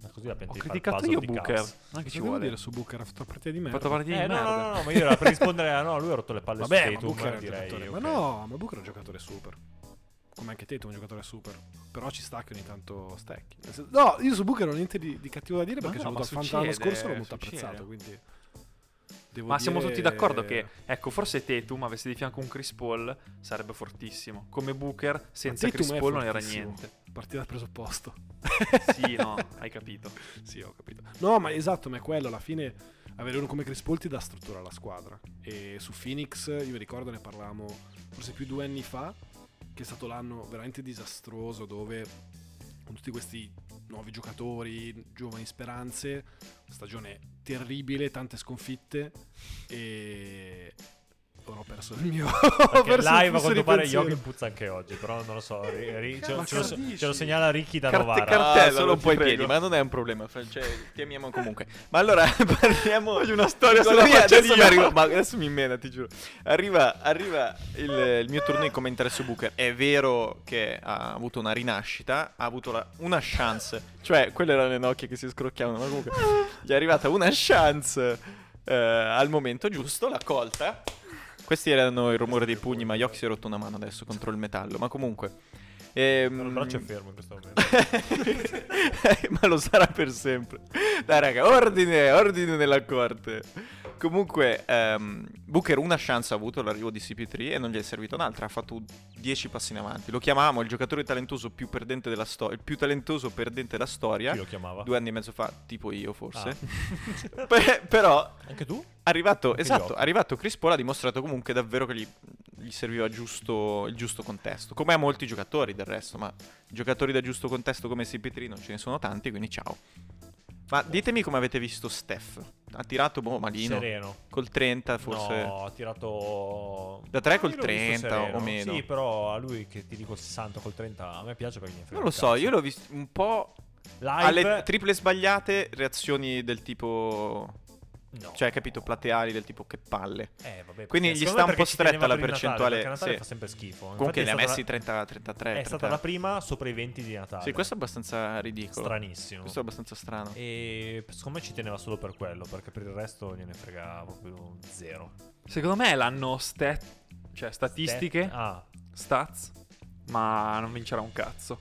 S1: Ma così la
S2: Ho
S1: pensi di fare il
S2: criticato
S1: puzzle
S2: io
S1: di
S2: Booker.
S1: Cavs.
S2: Non è che
S3: Cosa
S2: ci
S3: devo
S2: vuole.
S3: dire su Booker? Ha fatto partita di
S2: Ha
S3: merda.
S2: fatto partita di
S1: Eh, no,
S2: merda.
S1: no, no, no, ma io era per rispondere a no, lui ha rotto le palle
S3: Vabbè,
S1: su
S3: ma
S1: Tatum,
S3: Booker è un
S1: direi,
S3: giocatore.
S1: ok.
S3: Ma no, ma Booker è un giocatore super. Come anche Tatum è un giocatore super. Però ci sta che ogni tanto stecchi. Nel senso- No, io su Booker non ho niente di, di cattivo da dire
S2: Ma no,
S3: perché sono
S2: ma
S3: avuto al Fanta l'anno
S2: succede,
S3: scorso e l'ho molto
S2: succede.
S3: apprezzato. Quindi devo
S2: Ma siamo
S3: dire-
S2: tutti d'accordo che, ecco, forse Tatum avesse di fianco un Chris Paul sarebbe fortissimo. Come Booker, senza
S3: Tatum
S2: Chris
S3: è
S2: Paul non era
S3: fortissimo.
S2: niente.
S3: Partì dal presupposto.
S2: [LAUGHS] Sì, no, hai capito.
S3: [LAUGHS] Sì, ho capito. No, ma esatto, ma è quello. Alla fine avere uno come Chris Paul ti dà struttura alla squadra. E su Phoenix, io mi ricordo, ne parlavamo forse più due anni fa, che è stato l'anno veramente disastroso dove con tutti questi nuovi giocatori, giovani speranze, stagione terribile, tante sconfitte e... Però ho perso il mio. [LAUGHS] ho
S1: Perché
S3: perso
S1: live
S3: il
S1: a
S3: flusso
S1: quanto
S3: di
S1: pare
S3: pensiero.
S1: Yogi puzza anche oggi, però non lo so. ri-
S5: Cioè,
S1: ri- ce,
S3: Ma
S1: lo- ce lo,
S3: cosa dici?
S1: ce lo segnala Ricky da
S2: Carte-
S1: Novara.
S2: carte-
S1: Carte,
S5: Ah,
S2: Cartello,
S5: solo
S2: non
S5: un po' i
S2: ti prego.
S5: piedi, ma non è un problema. Fra- Cioè, ti amiamo comunque. Ma allora [LAUGHS] parliamo
S2: Voglio una storia sulla
S5: Economia,
S2: faccia di
S5: adesso mi
S2: Yogi.
S5: arriva- ma adesso mi mena, ti giuro. Arriva, arriva il, il mio turno di commentare su Booker. È vero che ha avuto una rinascita, ha avuto la- una chance. Cioè, quelle erano le nocchie che si scrocchiavano, ma
S2: [LAUGHS]
S5: comunque gli è arrivata una chance eh, al momento giusto, l'ha colta. Questi erano il rumore dei pugni, ma Yoki si è rotto una mano adesso contro il metallo, ma comunque... ehm,
S1: Il braccio è fermo in questo
S5: [LAUGHS]
S1: momento.
S5: Eh, ma lo sarà per sempre. Dai, raga, ordine, ordine nella corte. Comunque, ehm, Booker una chance ha avuto all'arrivo di CP3 e non gli è servito un'altra. Ha fatto 10 passi in avanti. Lo chiamavamo il giocatore talentuoso più perdente della storia. Il più talentuoso perdente della storia.
S1: Chi lo chiamava?
S5: Due anni e mezzo fa, tipo io forse. [LAUGHS]
S1: Ah.
S5: Pe- però
S1: Anche tu?
S5: Arrivato,
S1: Anche
S5: esatto,
S1: Jokic.
S5: arrivato Chris Paul ha dimostrato comunque davvero che gli, gli serviva giusto, il giusto contesto, come a molti giocatori del resto, ma giocatori da giusto contesto come CP3 non ce ne sono tanti, quindi ciao. Ma ditemi come avete visto Steph, ha tirato boh, malino,
S1: Sereno.
S5: col 30 forse,
S1: No, ha tirato...
S5: Da tre
S1: Ah,
S5: col
S1: io l'ho visto
S5: 30
S1: sereno.
S5: o meno.
S1: Sì, però a lui che ti dico il 60 col 30 a me piace perché mi frega
S5: non lo
S1: un
S5: so,
S1: cazzo.
S5: io l'ho visto un po'
S1: Live...
S5: alle triple sbagliate, reazioni del tipo,
S1: no.
S5: cioè capito, plateali del tipo che palle.
S1: Eh, vabbè,
S5: Quindi
S1: perché
S5: gli
S1: secondo me
S5: sta un
S1: perché
S5: po'
S1: ci
S5: stretta
S1: teneva
S5: la
S1: per il
S5: percentuale,
S1: Natale, perché Natale
S5: sì.
S1: fa sempre schifo. Infatti
S5: Comunque ne ha
S1: è stata
S5: messi
S1: la-
S5: 30-33.
S1: È stata la prima sopra i 20 di Natale.
S5: Sì, questo è abbastanza ridicolo.
S1: stranissimo.
S5: Questo è abbastanza strano.
S1: E secondo me ci teneva solo per quello, perché per il resto gliene frega proprio zero.
S2: Secondo me l'hanno stat, cioè statistiche,
S1: Ste- Ah,
S2: stats, ma non vincerà un cazzo.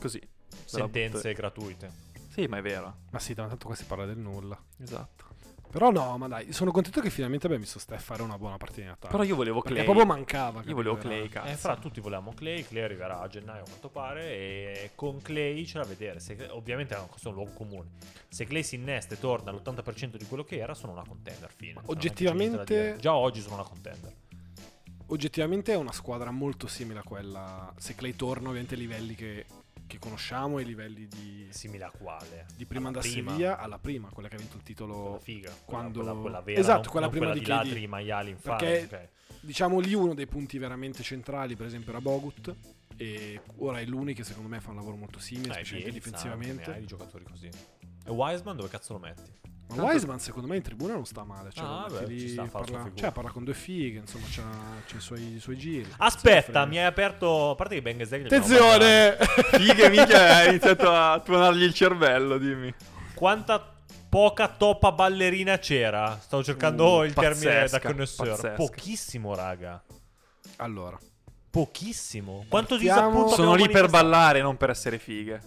S2: Così. Te la
S1: sentenze gratuite.
S2: butto- Sì, ma è vero.
S3: Ma sì, tanto qua si parla del nulla.
S2: Esatto.
S3: Però no, ma dai, sono contento che finalmente abbiamo visto Steph fare una buona partita di Natale.
S2: Però io volevo
S3: Perché
S2: Clay.
S3: proprio mancava.
S2: Io volevo
S3: capito?
S2: Clay,
S1: Eh,
S2: cazzo.
S1: fra tutti volevamo Clay, Clay arriverà a gennaio a quanto pare e con Clay c'è da vedere. Se- ovviamente è un, questo è un luogo comune. Se Clay si innesta e torna all'80% di quello che era, sono una contender. Fine. Cioè,
S3: Ma
S1: Non è che c'è niente da dire.
S3: oggettivamente-
S1: Già oggi sono una contender.
S3: Oggettivamente è una squadra molto simile a quella. Se Clay torna, ovviamente ai livelli che, che conosciamo, ai livelli di,
S1: Simile a quale?
S3: di prima
S1: Alla
S3: andasse via alla prima, quella che ha vinto il
S1: Quella
S3: titolo.
S1: figa. Quella-
S3: quando-
S1: Quella, quella vera.
S3: Esatto,
S1: non-
S3: quella
S1: non
S3: prima
S1: quella
S3: di
S1: di
S3: KD.
S1: ladri, i maiali in
S3: Perché-
S1: fare, ok.
S3: Diciamo lì uno dei punti veramente centrali, per esempio, era Bogut. E ora è l'Uni che secondo me fa un lavoro molto simile,
S1: Eh,
S3: specialmente
S1: Bielitz anche,
S3: difensivamente.
S1: ne hai di giocatori così. E Wiseman dove cazzo lo metti?
S3: Ma
S2: Tanto-
S3: Wiseman, secondo me, in tribuna non sta male. Cioè,
S1: Ah,
S3: lo metti
S1: beh,
S3: lì,
S1: ci sta, fa la sua
S3: parla,
S1: figura.
S3: cioè, parla con due fighe, insomma, c'ha, c'ha i, suoi, i suoi giri.
S1: Aspetta,
S3: Sì,
S1: mi hai aperto. A parte che Ben Gazzeglia.
S3: Attenzione! [LAUGHS]
S2: Fighe, mica hai iniziato a tuonargli il cervello, dimmi.
S1: Quanta poca toppa ballerina c'era? Stavo cercando
S2: Uh,
S1: il termine da
S2: pazzesca,
S1: connoisseur.
S2: pazzesca.
S1: Pochissimo, raga.
S3: allora,
S1: Pochissimo. Quanto
S3: Partiamo-
S1: disappunto
S2: Sono lì per
S1: ballare
S2: ballare, non per essere fighe.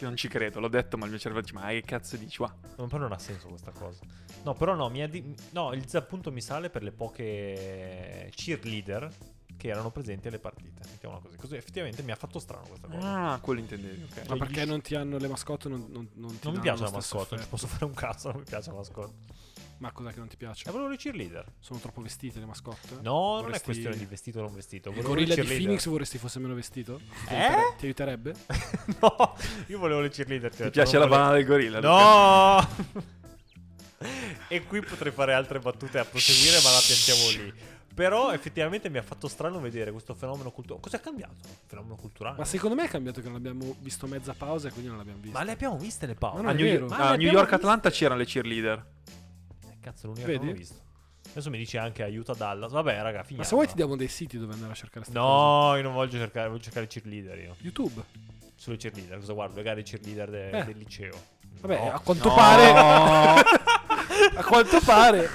S2: Io non ci credo, l'ho detto, ma il mio cervello dice, ma che cazzo dici, qua?
S1: No, però non ha senso questa cosa. No, però no, mi ha di- no, il disappunto mi sale per le poche cheerleader che erano presenti alle partite. Mettiamola così. Così effettivamente mi ha fatto strano questa cosa.
S2: Ah, quello intendevi, ok.
S3: ma
S1: Cioè,
S3: perché
S1: gli-
S3: non ti hanno le mascotte? Non, non, non ti
S1: Non mi
S3: danno
S1: piace
S3: lo
S1: la
S3: stesso
S1: mascotte, non ci
S3: effetto?
S1: posso fare un cazzo, non mi piace la mascotte.
S3: Ma cos'è che non ti
S1: E
S3: piace?
S1: volevo le cheerleader.
S3: Sono troppo vestite le mascotte?
S1: Eh, No, non è
S3: Cioè, Vorresti-
S1: questione di vestito o non vestito.
S3: Il
S1: volevo le
S3: gorilla di
S1: cheerleader.
S3: Phoenix vorresti fosse meno vestito? Ti
S1: Eh?
S3: aiutere- Ti aiuterebbe?
S1: [LAUGHS] no, io volevo le cheerleader.
S2: Ti piace la banana del gorilla? Luca?
S1: No! [LAUGHS] e qui potrei fare altre battute a proseguire, ma la piantiamo lì. Però effettivamente mi ha fatto strano vedere questo fenomeno culturale. Cos'è cambiato? Il fenomeno culturale.
S3: Ma secondo me è cambiato che non abbiamo visto mezza pausa e quindi non l'abbiamo vista.
S1: Ma le abbiamo viste le pause?
S3: Ma
S2: A
S3: non è
S2: New,
S3: vero.
S1: Ma
S2: a
S3: Ah.
S1: le
S2: New
S1: abbiamo
S2: York Atlanta
S1: viste.
S2: c'erano le cheerleader.
S1: Eh, cazzo, è l'unica che
S3: Vedi?
S1: non ho visto. Adesso mi dice anche aiuta Dallas. Vabbè, raga, finiamo.
S3: Ma se vuoi ti diamo dei siti dove andare a cercare queste cose.
S1: No, io non voglio cercare, voglio cercare i cheerleader io.
S3: YouTube.
S1: Sulle cheerleader, cosa guardo? Le gare cheerleader de-
S3: Eh.
S1: del liceo.
S3: Vabbè,
S1: No.
S3: a quanto
S1: [LAUGHS]
S2: No.
S3: pare... [LAUGHS] a quanto pare...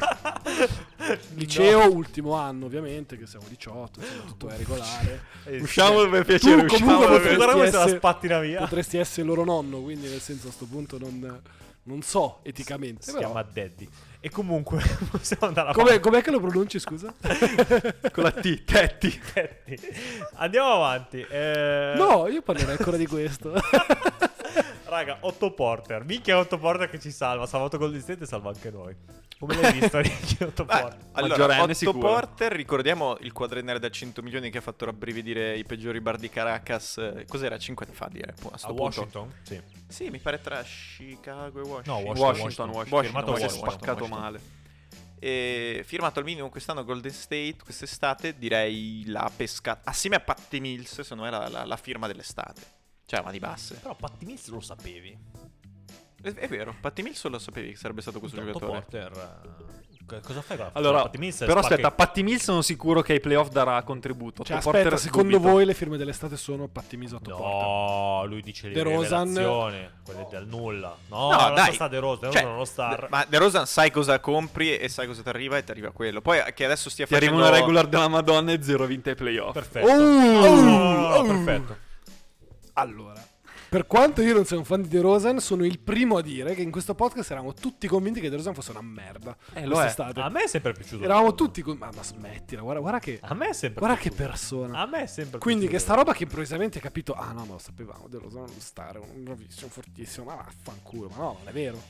S3: Liceo, ultimo anno ovviamente, che siamo 18, insomma, tutto è regolare.
S5: Usciamo per
S3: piacere,
S5: piacere,
S3: Tu usciamo comunque per-
S1: Guarda come se la
S3: essere-
S1: spattina via.
S3: Potresti essere loro nonno, quindi nel senso a sto punto non, non so eticamente.
S1: Si
S3: però-
S1: chiama Daddy. E comunque [LAUGHS] possiamo andare avanti.
S3: Com'è, com'è che lo pronunci, scusa?
S2: Con la T, tetti.
S1: Daddy. Andiamo avanti. Eh,
S3: No, io parlerei ancora di questo.
S1: Raga, Otto Porter. Minchia Otto Porter che ci salva. Ha salvato Golden State e salva anche noi. Come l'hai visto, Ricky Otto Porter?
S5: Eh, allora,
S2: Maggiorenne
S5: Otto
S2: sicuro.
S5: Porter, ricordiamo il quadrennale da 100 milioni che ha fatto rabbrividire i peggiori bar di Caracas. eh, Cos'era? 5 anni fa, direi. A, sto
S1: A
S5: punto.
S1: Washington? Sì.
S5: Sì, mi pare tra Chicago e Washington.
S1: No, Washington.
S2: Washington, Washington.
S1: Washington,
S2: Washington,
S1: Washington,
S2: si è spaccato
S5: Washington.
S2: male.
S5: E firmato al minimo quest'anno Golden State, quest'estate direi la pescata. Assieme a Patty Mills, secondo me, la, la, la firma dell'estate. Cioè, ma di basse.
S1: Però Patty Mills lo sapevi.
S5: È, è vero, Patty Mills lo sapevi che sarebbe stato questo
S1: Intanto
S5: giocatore.
S1: Cioè, Porter, eh, co- cosa fai con la
S2: Allora,
S1: Patty Mills?
S2: però
S1: spacca-
S2: aspetta, Patty Mills sono sicuro che ai playoff darà contributo.
S3: Cioè,
S2: Otto Porter
S3: aspetta, secondo
S2: dubito.
S3: voi le firme dell'estate sono Patti Mills Otto Porter?
S1: No, lui dice
S3: De
S1: le
S3: Rosan.
S1: rivelazione, quelle del nulla. No,
S5: No,
S1: la
S5: dai.
S1: sta De Rosa, De
S5: Cioè,
S1: Rosa è uno star.
S5: Ma De Rosa sai cosa compri e sai cosa ti arriva e ti arriva quello. Poi eh, che adesso stia
S2: Ti arriva
S5: facendo
S2: una regular della Madonna e zero vinte ai playoff.
S1: Perfetto.
S3: Oh,
S1: Oh, perfetto.
S3: Allora, per quanto io non sia un fan di De Rosen, sono il primo a dire che in questo podcast eravamo tutti convinti che De Rosen fosse una merda.
S2: Eh, lo è.
S3: quest'estate.
S1: A me è sempre piaciuto. De
S3: Eravamo
S1: Rosa.
S3: tutti convinti. Ma, ma smettila, guarda, guarda che.
S1: A me è sempre
S3: Guarda che
S1: piaciuto.
S3: persona.
S1: A me è sempre
S3: Quindi che
S1: piaciuto.
S3: sta roba che improvvisamente hai capito, ah no, ma lo sapevamo, De Rosen è uno star, è un bravissimo, fortissimo, ma vaffanculo, ma no, non è vero.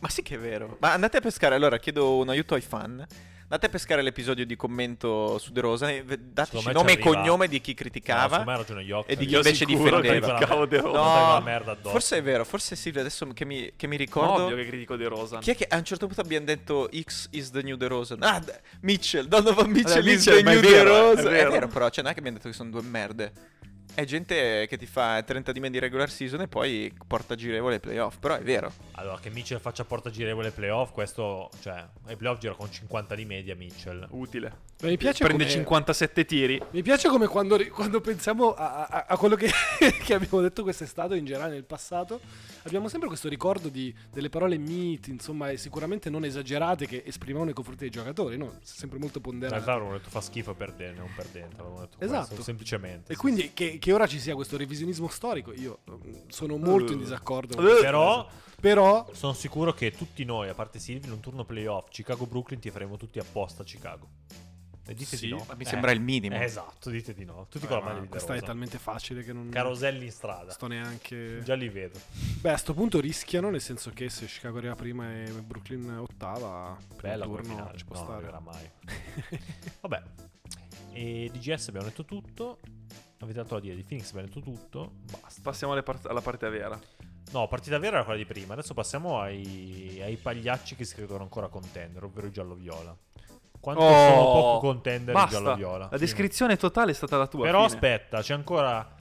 S5: Ma sì che è vero. Ma andate a pescare, allora chiedo un aiuto ai fan. Andate a pescare l'episodio di commento su De Rosa e ve- dateci
S1: Secondo me
S5: nome e
S1: ci arriva-
S5: cognome di chi
S1: No,
S5: criticava.
S1: secondo me ha ragione Jock.
S5: e di chi
S2: Io
S5: invece
S2: sicuro
S5: difendeva.
S2: criticavo De Rosa.
S1: No, una merda addosso.
S5: forse è vero, forse sì, adesso che mi, che mi
S2: No,
S5: ricordo.
S2: Ovvio che critico De Rosa.
S5: Chi è che a un certo punto abbiamo detto X is the new De Rosa? Ah, d- Mitchell, Donovan Mitchell
S2: Allora,
S5: is
S2: Mitchell,
S5: the
S2: ma è
S5: new
S2: vero,
S5: De
S2: eh,
S5: Rosa.
S2: è vero.
S5: però, cioè non è che abbiamo detto che sono due merde. È gente che ti fa 30 di me di regular season e poi porta girevole ai playoff, però è vero.
S1: Allora, che Mitchell faccia porta girevole ai playoff, questo, cioè, ai playoff gira con 50 di media Mitchell. Cioè,
S2: Utile.
S3: Ma mi piace
S2: Prende
S3: come-
S2: 57 tiri.
S3: Mi piace come quando, ri- quando pensiamo a, a- a quello che, [LAUGHS] che abbiamo detto quest'estate o in generale nel passato, abbiamo sempre questo ricordo di, delle parole miti, insomma, e sicuramente non esagerate che esprimevano nei confronti dei giocatori, no? sempre molto
S1: In
S3: ponderate.
S1: realtà avevano detto fa schifo e perdere, non perdente, avevano detto questo,
S3: Esatto.
S1: semplicemente.
S3: E
S1: sì,
S3: quindi che, che ora ci sia questo revisionismo storico, io mm, sono molto in disaccordo. con
S2: Eh.
S1: sì.
S3: questa
S1: Però
S3: cosa. però
S1: sono sicuro che tutti noi, a parte Silvi, in un turno playoff Chicago-Brooklyn ti faremo tutti apposta a Chicago. E dite
S3: Sì,
S1: di no.
S5: ma mi
S1: Eh,
S5: sembra il minimo.
S1: eh, Esatto, dite di no. Tutti con la
S3: Eh, ma
S1: maglia di De
S3: questa è
S1: Rosa.
S3: talmente facile che non
S1: Mm. Caroselli in strada.
S3: sto neanche...
S1: Già li vedo.
S3: Beh, a sto punto rischiano, nel senso che se Chicago arriva prima e Brooklyn ottava, primo
S1: Bella come
S3: turno
S1: finale.
S3: ci può
S1: no, non
S3: stare.
S1: arriverà mai. Vabbè. E di GS abbiamo detto tutto. Avete dato da dire di Phoenix abbiamo detto tutto. Basta.
S2: Passiamo alle part- alla parte vera.
S1: No, partita vera era quella di prima. Adesso passiamo ai, ai pagliacci che si credono ancora contendere, ovvero i giallo-viola. Quanto sono poco contendere
S2: Oh! Basta.
S1: i giallo-viola?
S2: La
S1: Sì.
S2: descrizione totale è stata la tua.
S1: Però
S2: fine.
S1: aspetta, c'è ancora.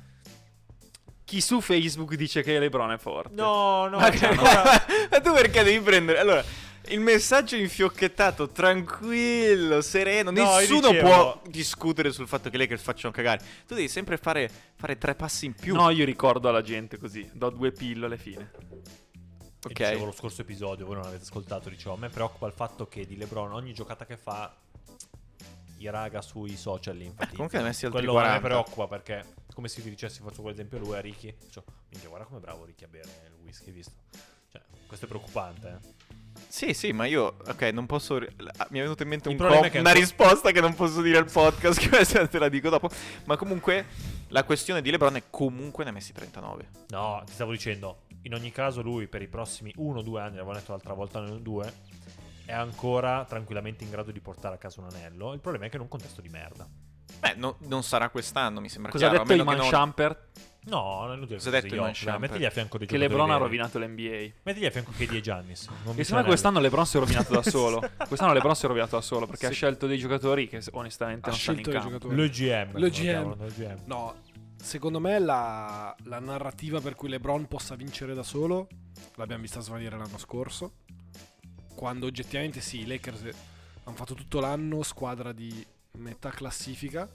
S2: Chi su Facebook dice che LeBron è forte?
S1: No, no,
S5: Ma
S1: c'è
S5: che-
S1: ancora.
S5: ma tu perché devi prendere? Allora, il messaggio infiocchettato, tranquillo, sereno.
S1: No, io
S5: nessuno
S1: dicevo-
S5: può discutere sul fatto che le Lakers facciano cagare. Tu devi sempre fare, fare tre passi in più.
S2: No, io ricordo alla gente così. Do due pillole, fine.
S1: E
S5: ok. Eh,
S1: Dicevo lo scorso episodio, voi non avete ascoltato, dicevo, a me preoccupa il fatto che di LeBron ogni giocata che fa i raga sui social li
S5: Beh,
S1: infatizzano.
S5: Eh, comunque ne ha messi altri
S1: Quello a me
S5: 40.
S1: preoccupa perché è come se io ti dicessi faccio quell'esempio a lui a Ricky, cioè, minchia, guarda come è bravo Ricky a bere il whisky, hai visto? Cioè, questo è preoccupante, eh.
S5: Sì, sì, ma io, ok, non posso. ri- la- Mi è venuto in mente
S1: Il
S5: un
S1: problema
S5: com-
S1: è che-
S5: una risposta che non posso dire al podcast. [LAUGHS] Che questa te la dico dopo. Ma comunque, la questione di LeBron è comunque ne ha messi 39.
S1: No, ti stavo dicendo, in ogni caso lui per i prossimi 1-2 anni, l'avevo detto l'altra volta nel 2, è ancora tranquillamente in grado di portare a casa un anello. Il problema è che è in un contesto di merda.
S5: Beh, no- non sarà quest'anno, mi sembra
S2: Cosa
S5: chiaro.
S2: ha detto
S5: a meno
S2: Iman
S5: che non-
S2: Champer?
S1: No, non è inutile
S5: Cosa
S1: che
S5: ha detto
S1: io-
S5: Iman Shumpert?
S1: Mettigli a fianco dei
S2: Che
S1: giocatori
S2: LeBron ha
S1: veri.
S2: rovinato l'NBA.
S1: Mettigli a fianco KD e Giannis. Non mi
S2: E secondo me
S1: anello.
S2: quest'anno LeBron si è rovinato
S3: [LAUGHS]
S2: da solo. quest'anno LeBron si è rovinato da solo perché
S3: Sì.
S2: ha scelto dei giocatori che s- onestamente
S3: Ha
S2: non stanno in
S3: scelto i
S2: campo.
S3: giocatori.
S1: L'OGM.
S3: Lo GM.
S1: L'OGM.
S3: No, secondo me la, la narrativa per cui LeBron possa vincere da solo l'abbiamo vista svanire l'anno scorso. Quando oggettivamente sì, i Lakers eh, hanno fatto tutto l'anno squadra di metà classifica,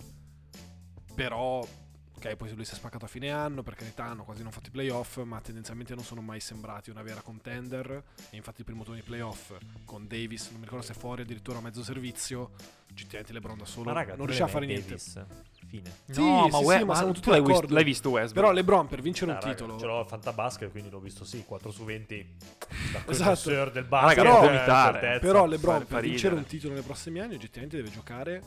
S3: però ok, poi lui si è spaccato a fine anno, per carità hanno quasi non fatto i playoff, ma tendenzialmente non sono mai sembrati una vera contender. E infatti il primo turno di playoff con Davis, non mi ricordo se fuori addirittura a mezzo servizio, oggettivamente LeBron da solo
S1: Ma raga,
S3: non riusciva a fare niente.
S1: Davis. Fine.
S3: Sì,
S2: no, ma,
S3: sì,
S2: we-
S3: sì, ma
S2: ma
S3: siamo
S2: tu
S3: tutti
S2: l'hai, vis-
S3: d'accordo.
S2: l'hai visto Westbrook?
S3: Però LeBron per vincere
S1: Ah,
S3: un
S1: raga,
S3: titolo.
S1: Ce l'ho al Fantabasket, quindi l'ho visto sì, 4 su 20. Da quel
S3: Esatto.
S1: sir del
S2: Ah, raga,
S1: basket.
S3: però-
S1: eh,
S2: vomitare.
S1: certezza.
S3: Però
S2: fa-
S3: LeBron
S2: fa
S3: per vincere
S2: ridere.
S3: un titolo nei prossimi anni oggettivamente deve giocare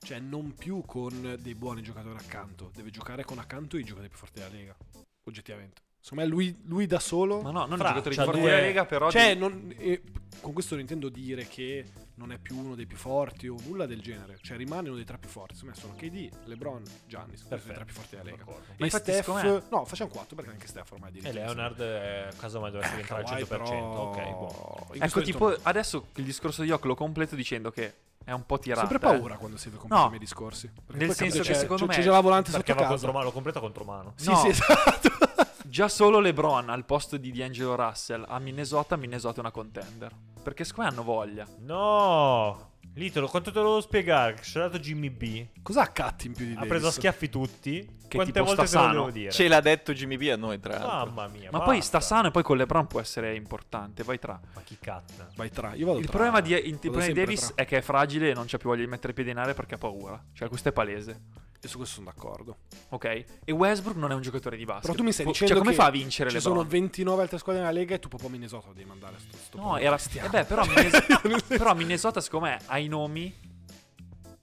S3: cioè non più con dei buoni giocatori accanto, deve giocare con accanto i giocatori più forti della lega, oggettivamente. Secondo me lui, lui da solo
S2: Ma no, non
S1: Fra,
S2: i giocatori
S1: c'ha
S2: forti
S1: due-
S2: della Lega, però
S3: cioè
S2: di-
S3: non- eh, con questo non intendo dire che non è più uno dei più forti o nulla del genere. Cioè rimane uno dei tre più forti. Insomma, sono KD, LeBron, Giannis. Questi sono i tre più forti della Lega.
S1: d'accordo.
S2: Ma
S3: e
S2: infatti,
S3: Steph,
S2: secondo
S3: no, facciamo 4 perché anche Steph ormai è di
S1: E Leonard, eh, casomai dovesse diventare al 100%. Ok, buono.
S2: Ecco, tipo, adesso il discorso di Ock lo completo dicendo che è un po'
S3: ho
S2: tirato. eh.
S3: sempre paura quando si compie
S2: No.
S3: i miei discorsi. Perché
S2: Nel
S3: poi
S2: senso
S3: capito,
S2: che
S3: c'è-
S2: secondo
S3: c'è-
S2: me-
S3: c'è la volante
S1: Perché
S3: sotto
S1: va
S3: casa.
S1: contro mano, l'ho completa contro mano.
S3: Sì,
S2: No.
S3: sì, esatto. [LAUGHS]
S2: Già solo LeBron al posto di D'Angelo Russell a Minnesota, Minnesota è una contender. Perché secondo me hanno voglia.
S1: No! Litolo, quanto te lo devo spiegare? Che C'è dato Jimmy B.
S3: Cos'ha Catti in più di
S1: Ha
S3: Davis?
S1: preso a schiaffi tutti. Quante
S2: tipo
S1: volte
S2: sta
S1: te lo
S2: sano.
S1: devo dire? Ah,
S5: Ce l'ha detto Jimmy B a noi, tra l'altro.
S1: Mamma mia.
S2: Ma poi
S1: basta.
S2: sta sano e poi con LeBron può essere importante. Vai tra.
S1: Ma chi catta?
S3: Vai tra. Io vado
S2: Il
S3: tra.
S2: problema di, il
S3: Vado
S2: problema di
S3: sempre
S2: Davis
S3: tra.
S2: è che è fragile e non c'ha più voglia di mettere piede in aria perché ha paura. Cioè, questo è palese.
S3: Io su questo sono d'accordo.
S2: Ok? E Westbrook non è un giocatore di basket.
S3: Però tu mi stai
S2: Po-
S3: dicendo
S2: Cioè, come
S3: che
S2: fa a vincere
S3: ci
S2: LeBron?
S3: sono 29 altre squadre nella Lega e tu proprio a Minnesota lo devi mandare a sto, sto
S2: No,
S3: [LAUGHS] povero
S2: era
S3: cristiano.
S2: eh beh, però, Minnes- però Minnesota, secondo me, ha i nomi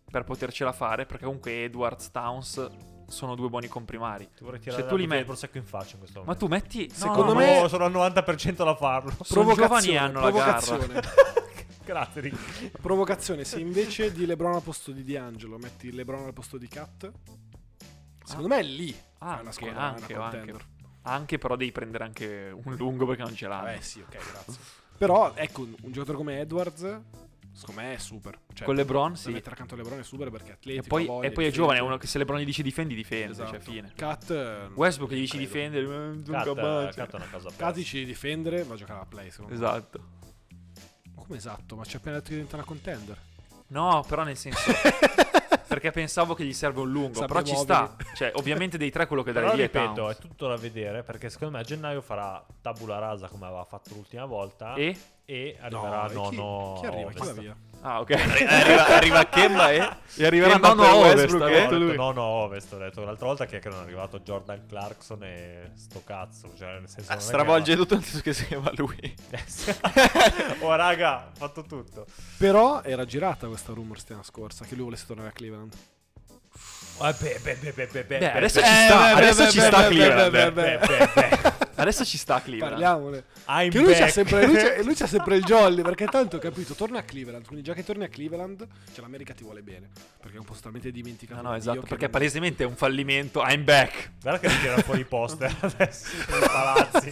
S2: per potercela fare. Perché comunque Edwards, Towns sono due buoni comprimari.
S1: Ti vorrei tirare
S2: tu
S1: la
S2: li
S1: bottiglia
S2: metti-
S1: di prosecco in faccia in questo
S2: Ma
S1: momento.
S2: tu metti. no,
S3: Secondo
S2: no,
S1: No,
S2: ma
S3: me-
S1: sono al 90% da farlo.
S2: sono giovani e
S3: Provocazione,
S2: hanno la garra.
S3: provocazione.
S1: [LAUGHS] Grazie, Rick.
S3: Provocazione, se invece di LeBron al posto di D'Angelo metti LeBron al posto di Cat, secondo me è lì. è
S2: Ah. Anche,
S3: una squadra,
S2: anche,
S3: è una
S2: anche.
S3: contender.
S2: Anche, però devi prendere anche un lungo perché non ce l'ha.
S3: Vabbè, sì, ok, grazie. [LAUGHS] Però, ecco, un, un giocatore come Edwards, secondo me è super. Cioè,
S2: Con LeBron,
S3: da
S2: sì.
S3: mettere accanto a LeBron è super perché è
S2: E
S3: atletico.
S2: poi,
S3: ha voglia,
S2: e poi è
S3: difende.
S2: giovane, è uno che se LeBron gli dice difendi, difende.
S3: Esatto.
S2: Cioè, fine.
S3: Cat, eh,
S2: Westbrook gli dici
S3: credo.
S2: difendere. eh, non
S1: Catta,
S2: capace.
S1: catta è una cosa
S3: Cat
S1: bella.
S3: dice di difendere, va a giocare alla play, secondo me.
S2: Esatto.
S3: Come esatto? Ma ci ha appena detto che diventa una contender.
S2: No, però nel senso. perché pensavo che gli serve un lungo.
S3: Sapremo
S2: però ci sta. Cioè, ovviamente dei tre quello che
S1: Però
S2: dai lì è
S1: ripeto, è
S2: Towns.
S1: tutto da vedere perché secondo me a gennaio farà tabula rasa come aveva fatto l'ultima volta e,
S2: E?
S1: arriverà
S3: e chi-
S1: nono.
S3: Chi, arriva? Chi va
S1: Ovest.
S3: via?
S2: Ah, ok.
S5: arriva, arriva Kemba e, e arriverà
S2: Kemba
S5: Nono
S2: no,
S5: Westbrook.
S2: Westbrook,
S5: eh?
S2: detto
S1: No, ho
S2: lui.
S1: detto no, no, Ovest. Ho detto l'altra volta che che non è arrivato Jordan Clarkson e sto cazzo. Cioè, nel senso,
S5: Ah,
S1: non è che
S5: Stravolge tutto il senso che si chiama lui.
S1: era- [LAUGHS] oh, raga, ho fatto tutto.
S3: Però era girata questa rumor stina scorsa che lui volesse tornare a Cleveland.
S1: Ah, beh, beh, beh, beh, beh, beh,
S2: [LAUGHS] Beh,
S1: beh,
S2: adesso
S1: beh,
S2: ci sta.
S5: beh,
S2: Adesso
S5: beh,
S2: ci
S5: beh,
S2: sta eh.
S5: beh,
S2: Cleveland.
S1: beh, beh, beh, beh.
S2: Adesso ci sta Cleveland.
S3: Parliamone.
S1: I'm
S3: Che lui c'ha,
S1: back.
S3: sempre,
S1: [LAUGHS]
S3: lui, c'ha, lui c'ha sempre il jolly perché tanto ho capito torna a Cleveland quindi già che torni a Cleveland cioè l'America ti vuole bene perché è un posto talmente dimenticato
S2: No, no,
S3: da Dio
S2: esatto.
S3: che
S2: Perché
S3: non-
S2: palesemente è un fallimento. I'm back.
S1: Guarda che tirano fuori i poster [LAUGHS] adesso nei palazzi.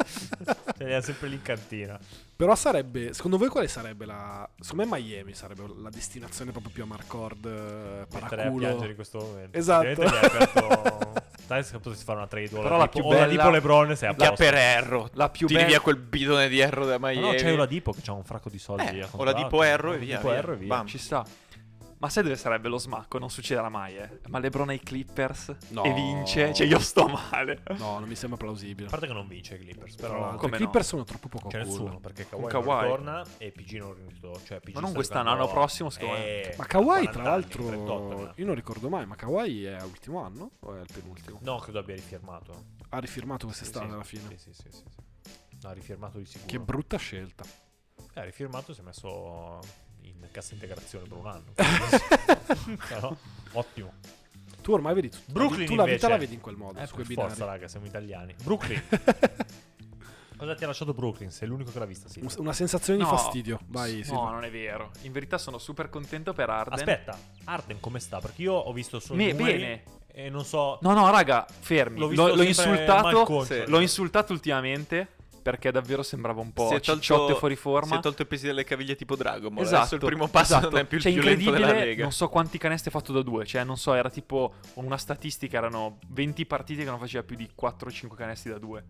S1: Ce li ha sempre lì in cantina.
S3: però sarebbe secondo voi quale sarebbe la secondo me Miami sarebbe la destinazione proprio più a Marcord eh,
S1: Metterei a piangere in
S3: paraculo
S1: questo momento.
S3: Esatto.
S1: Evidentemente gli hai aperto- Dai, se potessi fare una trade o
S2: Però
S1: la
S2: la
S1: tipo,
S2: più
S1: o la
S2: bella-
S1: tipo Lebron sei a
S5: Che ha
S1: posto.
S5: per Erro.
S2: La più
S5: Tiri
S2: bella.
S5: via quel bidone di Erro da
S1: Ma
S5: Miami.
S1: no, c'è Ola Dipo che c'ha un fracco di soldi.
S5: Eh,
S1: a
S5: Ola Dipo,
S1: contratto.
S5: Erro e
S1: Ola
S5: via,
S1: Dipo,
S5: via.
S1: Erro e via.
S5: Bam.
S2: Ci sta. Ma sai dove sarebbe lo smacco? Non succederà mai, eh. Ma LeBron ai Clippers
S3: No.
S2: e vince. Cioè, io sto male.
S3: no non mi sembra
S1: A
S3: plausibile
S1: parte che non vince i Clippers,
S3: Tra
S1: però
S3: l'altro,
S2: come
S3: i
S2: no?
S3: Clippers sono troppo poco
S1: c'è
S3: a culo.
S1: nessuno perché Kawhi,
S2: Kawhi.
S1: non torna e PG non ritorna. Cioè, PG
S2: Ma non
S1: sta
S2: quest'anno,
S1: giocando-
S2: l'anno prossimo, secondo me.
S1: Eh,
S3: ma Kawhi
S1: 40
S3: tra
S1: anni,
S3: l'altro
S1: 38 me la-
S3: io non ricordo mai ma Kawhi è all'ultimo anno o è il penultimo
S1: No, credo abbia rifirmato.
S3: ha rifirmato quest'estate
S1: Sì, sì.
S3: alla fine
S1: Sì, sì, sì, sì, sì. No, ha rifirmato di sicuro.
S3: che brutta scelta
S1: Eh, ha rifirmato e si è messo in cassa integrazione per un
S3: [LAUGHS]
S1: anno. Però, ottimo.
S3: tu ormai vedi tutto
S1: Brooklyn
S3: tu la vita
S1: invece-
S3: la vedi in quel modo
S1: Eh,
S3: su
S1: per
S3: quei binari
S1: forza, raga, siamo italiani.
S3: [LAUGHS]
S1: Brooklyn. Cosa ti ha lasciato Brooklyn? Sei l'unico che l'ha vista, sì.
S3: Un- Una sensazione
S2: No.
S3: di fastidio. Vai,
S2: no,
S3: Silvio.
S2: non è vero. In verità sono super contento per Arden.
S1: Aspetta, Arden come sta? Perché io ho visto solo
S2: Me-
S1: i numeri
S2: bene.
S1: e non so...
S2: No, no, raga, fermi.
S1: L'ho
S2: L'ho,
S1: visto
S2: l'ho
S1: sempre
S2: insultato.
S1: malconcio.
S5: Sì.
S2: L'ho insultato ultimamente. Perché davvero sembrava un po'
S5: Si è tolto-
S2: cicciotto e fuori
S5: Si
S2: forma.
S5: è tolto i pesi dalle caviglie tipo Dragon Ball.
S2: Esatto,
S5: Adesso il primo passo
S2: esatto.
S5: non è più il
S2: Cioè,
S5: più lento
S2: incredibile,
S5: della Lega.
S2: Non so quanti canestri ha fatto da due. Cioè, non so, era tipo una statistica. Erano 20 partite che non faceva più di 4-5 canestri da due.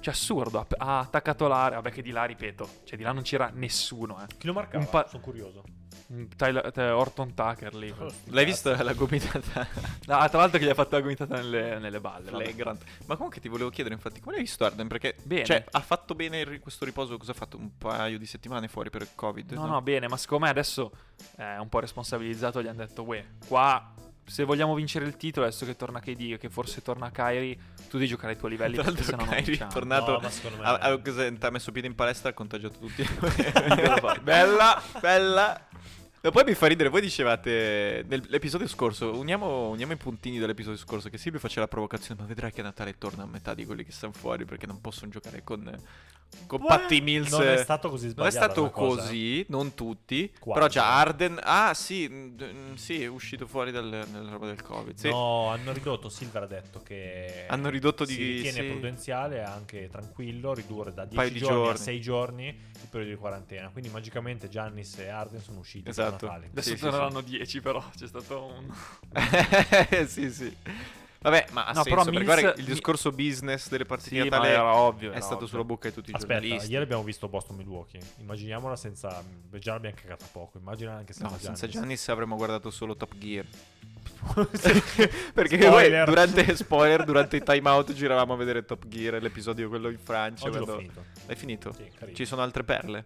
S2: Cioè, assurdo. Ha, ha attaccato l'area. Vabbè, che di là, ripeto. Cioè, di là non c'era nessuno, eh.
S1: Chi lo marcava?
S2: Un pa-
S1: Sono curioso.
S2: Mm, Tyler- Ty- Orton Tucker lì.
S5: L'hai
S2: Esatto.
S5: vista la gomitata
S2: Ah, tra l'altro che gli ha fatto la gomitata nelle, nelle balle. vabbè.
S5: flagrant? Ma comunque ti volevo chiedere, infatti, come l'hai visto Arden? Perché
S2: Bene.
S5: Cioè, ha fatto bene il ri- questo riposo? Cosa ha fatto? Un paio di settimane fuori per il Covid?
S2: No, no, bene, ma siccome adesso è un po' responsabilizzato, gli hanno detto, uè, qua se vogliamo vincere il titolo, adesso che torna KD e che forse torna Kyrie, tu devi giocare ai tuoi livelli
S5: Tra
S2: perché se
S5: l'altro,
S2: no non
S5: Kyrie è
S2: vinciamo.
S5: tornato.
S1: ma secondo me...
S5: ha, ha- cos'è, t'ha messo piede in palestra ha
S2: [LAUGHS]
S5: contagiato tutti. bella, bella. No, poi mi fa ridere, voi dicevate nell'episodio scorso, uniamo, uniamo i puntini dell'episodio scorso, che Silvio faceva la provocazione, ma vedrai che a Natale torna a metà di quelli che stanno fuori perché non possono giocare con, Con Patty Mills.
S1: Non è stato così
S5: Non è
S1: sbagliato. eh.
S5: stato così, non tutti.
S1: Quasi.
S5: Però già Arden. Ah, sì, mm, sì, è uscito fuori dal, dalla roba del Covid. Sì.
S1: No, hanno ridotto. Silver ha detto che
S5: Hanno ridotto di-
S1: si ritiene
S5: sì.
S1: prudenziale anche tranquillo ridurre da 10
S5: paio di
S1: giorni, a
S5: giorni.
S1: 6 giorni il periodo di quarantena. Quindi magicamente Giannis e Arden sono usciti per
S5: Esatto.
S1: Natale.
S5: Sì,
S2: Adesso
S5: sì, sì.
S2: torneranno 10 però, c'è stato un...
S5: [LAUGHS] sì, sì. Vabbè, ma ha
S2: No,
S5: senso,
S2: però
S5: perché
S2: Mills-
S5: guarda, il
S2: Mi-
S5: discorso business delle
S2: Sì,
S5: partite di
S2: ma
S5: Natale
S2: era ovvio.
S5: è
S2: era
S5: stato
S2: ovvio.
S5: sulla bocca di tutti i
S1: Aspetta,
S5: giornalisti.
S1: ieri abbiamo visto Boston Milwaukee. Immaginiamola senza. Già l'abbiamo cagata poco. Immagina anche senza
S5: No, senza
S1: Giannis.
S5: Giannis avremmo guardato solo Top Gear.
S1: Sì.
S5: Perché
S1: Spoiler.
S5: poi durante, spoiler, durante i time out giravamo a vedere Top Gear, l'episodio quello in Francia.
S1: Oggi l'ho
S5: quando-
S1: finito.
S5: cioè, L'hai finito?
S1: Sì, carino.
S5: Ci sono altre perle.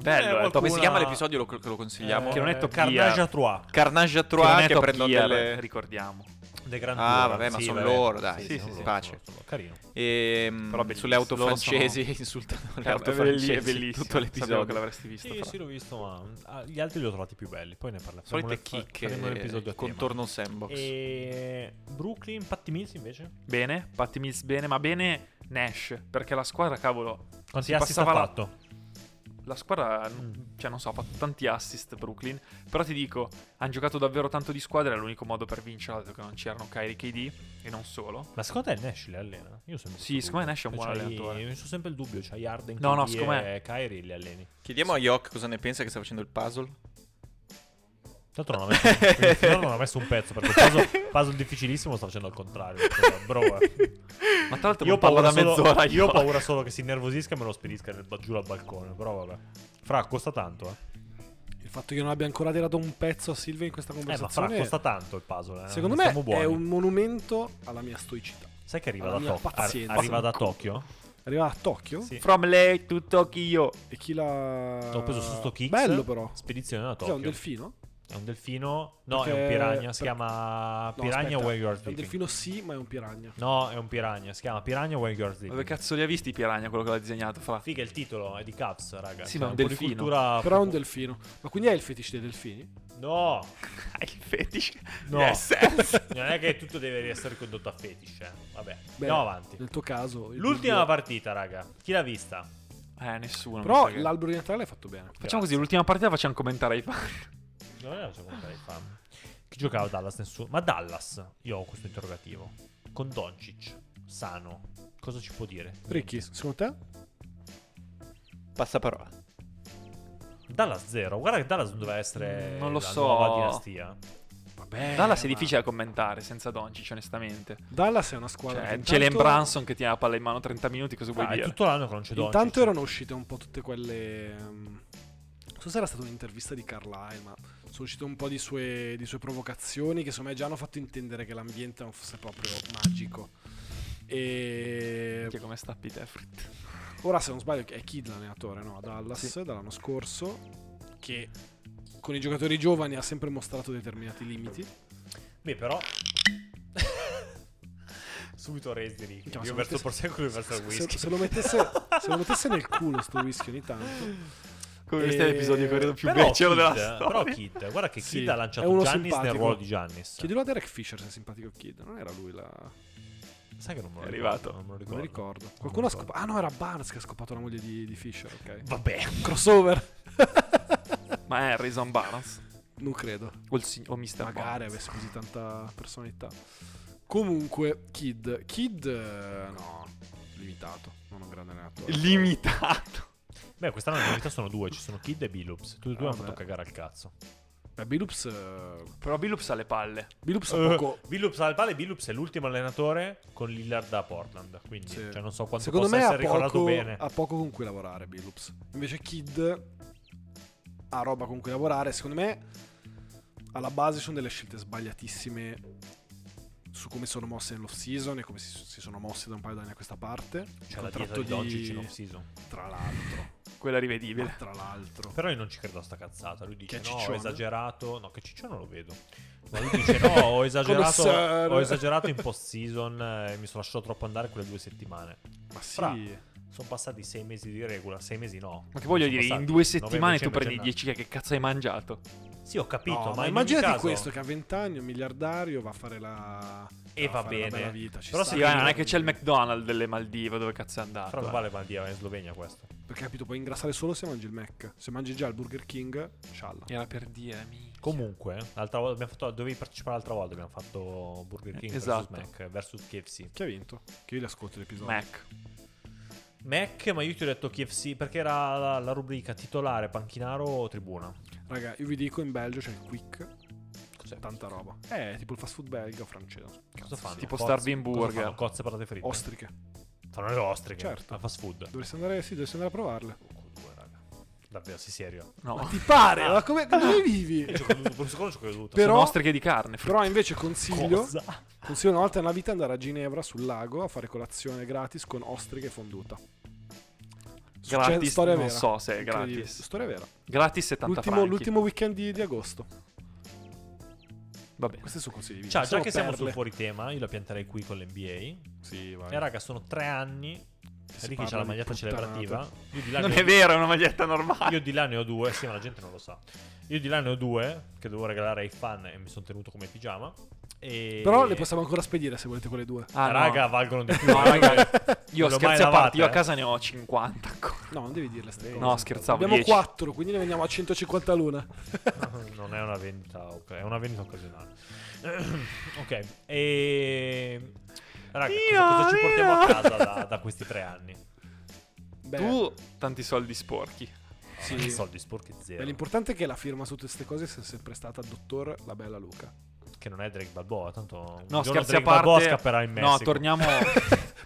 S1: Bello, eh,
S5: Come si
S1: qualcuna-
S5: chiama l'episodio lo- che lo consigliamo?
S1: Eh,
S2: Che non è Top Gear.
S1: Carnage à Trois.
S5: Carnage a
S2: Che non
S5: Trois
S2: è
S5: che,
S2: Top
S5: prendono
S2: Gear, [LAUGHS]
S5: delle...
S2: ricordiamo.
S1: The Grand
S5: Ah,
S1: Tour.
S5: vabbè, ma
S1: Sì,
S5: sono
S1: vabbè.
S5: loro, dai,
S2: sì,
S1: sono
S2: sì,
S1: loro,
S5: pace.
S1: sono loro. Carino.
S5: Ehm,
S2: Però bellissimo.
S5: sulle auto
S2: Loro Certo,
S5: francesi [LAUGHS] insultano le
S2: È
S5: auto
S2: bellissimo, è
S5: francesi
S2: bellissimo.
S5: tutto
S2: Sapevo che
S5: l'episodio
S2: l'avresti visto.
S1: Sì,
S2: fra.
S1: sì, l'ho visto, ma ah, gli altri li ho trovati più belli. Poi ne parliamo.
S5: solite
S1: Faremo-
S5: chicche
S1: faremo un episodio a tema.
S5: eh, contorno sandbox
S1: E Brooklyn, Patti Mills invece?
S2: Bene, Patty Mills bene, ma bene Nash, perché la squadra, cavolo,
S1: Quanti
S2: Si
S1: assist ha
S2: passava la-
S1: fatto?
S2: la squadra,
S1: Mm.
S2: cioè non so, ha fatto tanti assist Brooklyn, però ti dico, hanno giocato davvero tanto di squadra, era l'unico modo per vincere, dato che non c'erano Kyrie KD e non solo.
S1: Ma secondo te il Nash li allena? Io ho sempre
S2: Sì,
S1: questo
S2: secondo
S1: dubbio.
S2: me Nash è un
S1: Cioè,
S2: buon
S1: c'hai-
S2: allenatore.
S1: Io sono sempre il dubbio, c'hai Harden,
S2: No, no,
S1: KD
S2: secondo me-
S1: e Kyrie li alleni.
S5: chiediamo a Yok cosa ne pensa che sta facendo il puzzle
S1: Tanto non ho messo,
S2: [LAUGHS]
S1: finora non ho messo un pezzo perché il puzzle, puzzle difficilissimo lo sto facendo al contrario. Cioè, Bro, eh.
S2: [LAUGHS] Ma tra l'altro
S1: io, ho
S2: non
S1: paura
S2: parla da
S1: solo,
S2: mezz'ora.
S1: io ho
S2: Jokic.
S1: paura solo che si innervosisca e me lo spedisca nel- giù dal balcone. Però vabbè. Fra, costa tanto, eh.
S3: Il fatto che io non abbia ancora tirato un pezzo a Silvia in questa
S1: Eh, ma fra,
S3: conversazione.
S1: costa tanto il puzzle. eh.
S3: secondo
S1: Ne
S3: me
S1: siamo buoni.
S3: è un monumento alla mia stoicità.
S1: Sai che arriva
S3: alla
S1: da,
S3: mia
S1: Tok- ar-
S3: pazienza.
S1: arriva da Tokyo?
S3: Arriva a Tokyo
S1: Sì.
S2: [LAUGHS] From lei to Tokyo.
S3: e chi l'ha.
S1: L'ho preso su sto Kicks.
S3: Bello, però.
S1: Spedizione da
S3: Cos'è
S1: Tokyo.
S3: un delfino?
S1: È un delfino. No, è
S3: Perché-
S1: un piranha. Si
S3: per-
S1: chiama
S3: No,
S1: Piranha
S3: aspetta.
S1: Where You Are
S3: È un
S1: Sleeping.
S3: delfino, sì, ma è un piranha.
S1: No, è un piranha. Si chiama Piranha Where You Are
S2: Ma
S1: Sleeping.
S2: dove cazzo li ha visti i piranha quello che l'ha disegnato? Fra.
S1: Figa, il titolo è di Cavs, raga.
S2: Sì,
S1: Cioè,
S2: ma un
S1: po' di
S2: delfino.
S1: cultura-
S3: Però è un delfino. Ma quindi è il fetish dei delfini?
S1: No,
S2: [LAUGHS] Il fetish.
S1: no.
S2: Yes.
S1: [LAUGHS] non è che tutto deve essere condotto a fetish. eh. Vabbè,
S3: Beh,
S1: andiamo avanti.
S3: Nel tuo caso. il
S1: L'ultima
S3: dubbio-
S1: partita, raga. Chi l'ha vista?
S2: eh, nessuno.
S3: Però
S2: mi sa che-
S3: l'albero di Natale l'hai fatto bene.
S2: Facciamo così, l'ultima partita facciamo commentare ai fan.
S1: Non era secondo me fan. Chi giocava a Dallas? Nessuno. Ma Dallas, io ho questo interrogativo. Con Doncic, sano, cosa ci può dire?
S3: Ricky, secondo te?
S5: passa parola
S1: Dallas 0. Guarda che Dallas doveva essere
S2: Mm, Non lo
S1: la
S2: so.
S1: nuova dinastia. Eh,
S3: Vabbè.
S2: Dallas è
S3: ma-
S2: difficile da commentare senza Doncic, onestamente.
S3: Dallas è una squadra.
S2: Cioè,
S3: che
S2: Jalen
S3: intanto-
S2: Branson che tiene la palla in mano 30 minuti, cosa vuoi
S1: Ah, è
S2: dire?
S1: tutto l'anno che non c'è Doncic.
S3: Intanto erano uscite un po' tutte quelle. ehm, Non so se era stata un'intervista di Carlisle, ma sono uscite un po' di sue, di sue provocazioni che secondo me già hanno fatto intendere che l'ambiente non fosse proprio magico. E
S2: Minchia, come sta Pete Effrit.
S3: ora, se non sbaglio, è Kid l'allenatore no? a Dallas dall'anno scorso, che con i giocatori giovani ha sempre mostrato determinati limiti.
S1: Beh, però. [LAUGHS] Subito resi di Ricky.
S3: Minchia, Cioè, ma
S1: Io
S3: se
S1: verso il
S3: mettesse-
S1: prosecco e lui verso il
S3: Se,
S1: whisky.
S3: se- se lo mettesse, se lo mettesse
S1: [LAUGHS]
S3: nel culo, sto whisky ogni tanto.
S2: Come
S3: E-
S2: questo è l'episodio che credo più
S1: Però
S2: becero della
S1: Kidd-
S2: storia.
S1: Però Kid, guarda che
S3: Sì,
S1: Kid ha
S3: è uno
S1: lanciato Giannis nel
S3: simpatico.
S1: ruolo di Giannis.
S3: Chiedilo a Derek Fisher se è simpatico Kid. Non era lui la.
S1: Sai che non me lo
S2: È
S1: ricordo,
S2: arrivato.
S1: Non me lo
S3: Non mi
S1: ricordo.
S3: ricordo.
S1: mi
S3: Qualcuno ha
S1: ricordo.
S3: scopato. Ah, no, era Barnes che ha scopato la moglie di, di Fisher. Ok. [LAUGHS]
S1: Vabbè.
S3: Crossover.
S2: Ma è Harrison Barnes?
S3: non credo.
S2: O, il si- o Mr.
S3: Magari
S2: Barnes?
S3: avesse così tanta personalità. Comunque, Kid. Kid. eh, No. Limitato. Non un grande allenatore.
S2: Limitato.
S1: Beh, quest'anno le novità sono due: ci sono Kid e Billups. Tutti e due
S3: Ah,
S1: hanno fatto
S3: beh.
S1: cagare al cazzo.
S3: Beh, Billups. eh,
S2: Però Billups ha le palle.
S3: Billups è
S1: Eh,
S3: poco.
S1: Billups al pale, Billups è l'ultimo allenatore con Lillard da Portland. Quindi
S3: Sì.
S1: cioè, non so quanto
S3: Secondo
S1: possa
S3: me ha
S1: essere ricordato
S3: poco,
S1: bene.
S3: ha poco con cui lavorare Billups. Invece Kid ha roba con cui lavorare. Secondo me alla base sono delle scelte sbagliatissime su come sono mosse nell'off season e come si, si sono mosse da un paio d'anni a questa parte.
S1: C'è la dieta
S3: Contratto
S1: di Doncic in off-season.
S3: Tra
S1: [LAUGHS]
S3: l'altro.
S2: Quella è
S3: ma
S2: rivedibile.
S3: tra l'altro.
S1: Però io non ci credo a sta cazzata. Lui dice:
S3: Che
S1: No, ho
S3: ciccione."
S1: esagerato. No, che ciccione lo vedo. Ma lui dice: No,
S3: [LAUGHS]
S1: ho esagerato.
S3: Commissario.
S1: ho esagerato in post-season. eh, mi sono lasciato troppo andare quelle due settimane.
S3: Ma sì.
S1: Fra. Sono passati sei mesi di regola. Sei mesi no.
S2: Ma che voglio
S1: Sono
S2: dire, in
S1: passati
S2: due settimane
S1: novembre,
S2: tu prendi
S1: dicembre,
S2: 10 che, che cazzo hai mangiato?
S1: gennaio. Sì, ho capito. ma
S3: No, ma
S1: in ogni
S3: immaginati
S1: caso-
S3: questo che a 20 anni un miliardario va a fare la
S1: E
S3: Però
S1: va
S3: fare una
S1: bene.
S3: bella vita, ci
S1: Però
S3: sta.
S2: Sì,
S1: Sì,
S2: ma
S1: quindi-
S2: non è che c'è il McDonald's delle Maldive dove cazzo è andato.
S1: Però non
S2: eh.
S1: vale Maldiva, è in Slovenia questo.
S3: Perché capito, puoi ingrassare solo se mangi il Mac. Se mangi già il Burger King, scialla.
S2: Era per dire, minchia.
S1: Comunque, l'altra volta abbiamo fatto, dovevi partecipare l'altra volta, abbiamo fatto Burger King
S2: Esatto.
S1: versus Mac versus KFC.
S3: Chi ha vinto? Che io li ascolto l'episodio.
S2: Mac.
S1: Mac, ma io ti ho detto KFC perché era la, la rubrica titolare, panchinaro o tribuna.
S3: Raga, io vi dico, in Belgio c'è il Quick,
S1: Cos'è?
S3: tanta roba. Eh, tipo il fast food belga o francese.
S1: Cosa fanno?
S2: Tipo
S1: Cozze-
S2: Starving
S1: cosa
S2: Burger.
S1: fanno? Cozze e patate fritte.
S3: Ostriche.
S1: fanno le ostriche.
S3: Certo.
S1: Certo. fast food.
S3: Dovresti andare, sì, dovresti andare a provarle.
S1: Due, raga. Davvero, sei serio?
S2: No,
S3: Ti pare? Ma come, dove vivi?
S1: Io ci ho creduto, per Cioè, un secondo ci ho creduto.
S3: però-
S2: sono ostriche di carne. fr-
S3: Però invece consiglio,
S1: Cosa?
S3: consiglio una volta nella vita andare a Ginevra sul lago a fare colazione gratis con ostriche fonduta. Succe-
S2: Gratis,
S3: storia
S2: non
S3: vera.
S2: so se è
S3: Incredibile.
S2: gratis.
S3: Storia vera.
S2: Gratis 70
S3: L'ultimo,
S2: franchi.
S3: l'ultimo weekend di, di agosto.
S2: Va bene.
S3: Questi sono consigli di vita.
S1: Cioè, già
S3: Sono
S1: che siamo
S3: perle.
S1: sul fuori tema, io la pianterei qui con l'NBA.
S3: Sì, vai.
S1: E Eh, raga, sono tre anni.
S3: Si
S1: Ricky
S3: parla
S1: c'ha la
S3: di
S1: maglietta
S3: puttanate.
S1: celebrativa. Io di là
S2: Non
S1: ne
S2: è
S1: ho-
S2: vero, è una maglietta normale.
S1: Io di là ne ho due, sì, ma la gente non lo sa. Io di là ne ho due che dovevo regalare ai fan e mi sono tenuto come pigiama. E...
S3: Però le possiamo ancora spedire se volete quelle due.
S2: Ah, no.
S1: raga, valgono
S2: [LAUGHS]
S1: di più. [LAUGHS]
S2: No, raga, Io
S1: Non l'ho
S2: scherzi
S1: mai
S2: a parte,
S1: lavata,
S2: io a
S1: eh.
S2: casa ne ho 50 ancora.
S3: No, non devi dirle ste cose.
S2: Eh, No, scherzavo,
S3: Abbiamo
S2: 10.
S3: 4, quindi ne vendiamo a 150 l'una.
S1: non è una vendita, ok, è una vendita occasionale. [CLEARS THROAT] ok, e... Raga, cosa, cosa ci
S2: Dio,
S1: portiamo a
S2: Dio.
S1: casa da, da questi tre anni?
S3: Beh,
S2: Tu tanti soldi sporchi.
S3: Sì.
S1: Che soldi sporchi
S3: beh,
S1: zero.
S3: l'importante è che la firma su tutte queste cose sia sempre stata dottor La Bella Luca.
S1: Che non è Drake Balboa, tanto... un giorno
S2: No, scherzi a
S1: Drake Balboa
S2: parte.
S1: scapperà in Messico. [LAUGHS]
S2: no, torniamo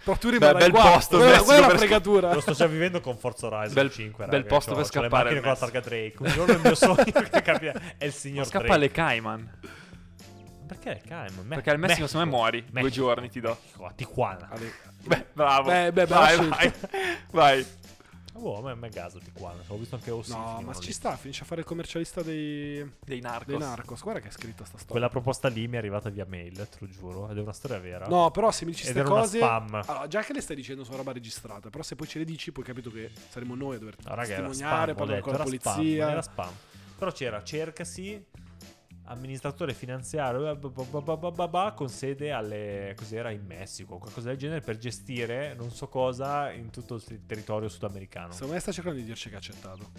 S3: Però tu rimarrai
S2: bel
S3: qua.
S2: posto,
S3: Guarda,
S2: beh,
S3: guarda la
S2: super-
S3: fregatura.
S1: Lo sto già vivendo con Forza Horizon
S2: Bel-
S1: 5.
S2: bel
S1: raga,
S2: posto
S1: c'ho-
S2: per
S1: c'ho le
S2: scappare
S1: macchine
S2: al
S1: con la
S2: Messi.
S1: targa Drake. Un giorno il mio sogno che capia è il
S2: Ma
S1: signor
S2: scappa
S1: Drake.
S2: alle Cayman.
S1: Perché il Cayman?
S2: Perché al Messico, secondo me, muori. Due giorni ti do.
S1: A Oh, Tijuana.
S3: Ale-
S2: Beh, bravo.
S3: Beh, beh, bella
S2: vai,
S3: scelta.
S2: vai, [LAUGHS] vai.
S1: Oh, a me- a me gasa Tijuana. Ho visto anche Ossi.
S3: No, ma ci sta, finisce a fare il commercialista dei,
S2: Dei narcos.
S3: dei Narcos. Guarda che è scritta sta storia.
S1: Quella proposta lì mi è arrivata via mail, te lo giuro. Ed è una storia vera.
S3: No, però se mi dici
S1: Ed
S3: queste
S1: era una
S3: cose...
S1: spam.
S3: Allora, già che le stai dicendo sono roba registrata, però se poi ce le dici poi capito che saremo noi a dover
S1: No, raga, era
S3: testimoniare,
S1: spam. ho
S3: parlare
S1: detto,
S3: con la
S1: era
S3: polizia.
S1: spam, non era spam. Però c'era, cercasi, amministratore finanziario, eh, ba- ba- ba- ba- ba- ba- ba, con sede alle... Cos'era? In Messico, qualcosa del genere, per gestire non so cosa in tutto il territorio sudamericano.
S3: Secondo me sta cercando di dirci che ha accettato.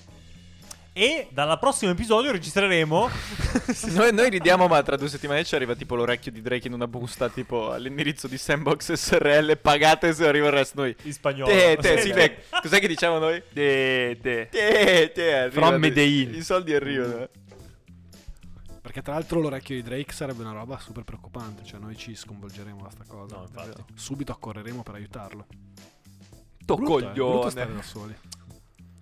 S1: E dal prossimo episodio registreremo...
S5: [LAUGHS] Noi, noi ridiamo, ma tra due settimane ci arriva tipo l'orecchio di Drake in una busta, tipo all'indirizzo di Sandbox SRL, pagate se arriva il resto noi.
S1: In spagnolo.
S5: Te,
S1: [LAUGHS]
S5: te,
S1: Sì,
S5: sì,
S1: dai.
S5: te. Cos'è che diciamo noi?
S2: De, de.
S3: eh.
S5: Te, te, arriva,
S2: From Medellin.
S5: I soldi arrivano.
S3: Perché tra l'altro l'orecchio di Drake sarebbe una roba super preoccupante, cioè noi ci sconvolgeremo da sta cosa.
S1: No, infatti.
S3: Subito accorreremo per aiutarlo. eh,
S2: To
S3: Brutto, eh, brutto stare
S2: coglione.
S3: da soli.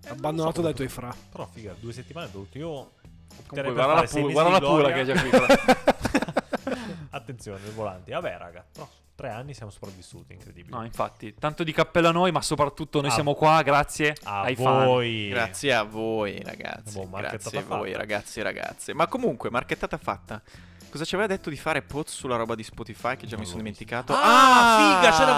S1: Eh,
S3: Abbandonato
S1: non
S3: dai
S1: lo so
S3: tuoi fra.
S1: [LAUGHS] Però figa, due settimane boh, è dovuto. Io
S2: Comunque,
S1: opterei per
S2: guarda
S1: fare
S2: la,
S1: sei
S2: pu-
S1: mesi
S2: guarda la
S1: di
S2: pura
S1: gloria.
S2: che
S1: [LAUGHS]
S2: è già qui. guarda.
S1: Attenzione, il volante. Vabbè, raga, però tre anni siamo sopravvissuti, incredibile.
S2: No, infatti, tanto di cappello a noi, ma soprattutto noi
S1: A-
S2: siamo qua grazie
S1: a
S2: ai fan.
S1: voi.
S5: Grazie a voi, ragazzi.
S1: Boh, marchettata
S5: Grazie a voi,
S1: fatta.
S5: ragazzi e ragazze. Ma comunque, marchettata fatta. Cosa ci aveva detto di fare Poz sulla roba di Spotify che già
S1: Non
S5: mi sono
S1: l'ho
S5: dimenticato?
S1: Boh, Ah, figa, c'è da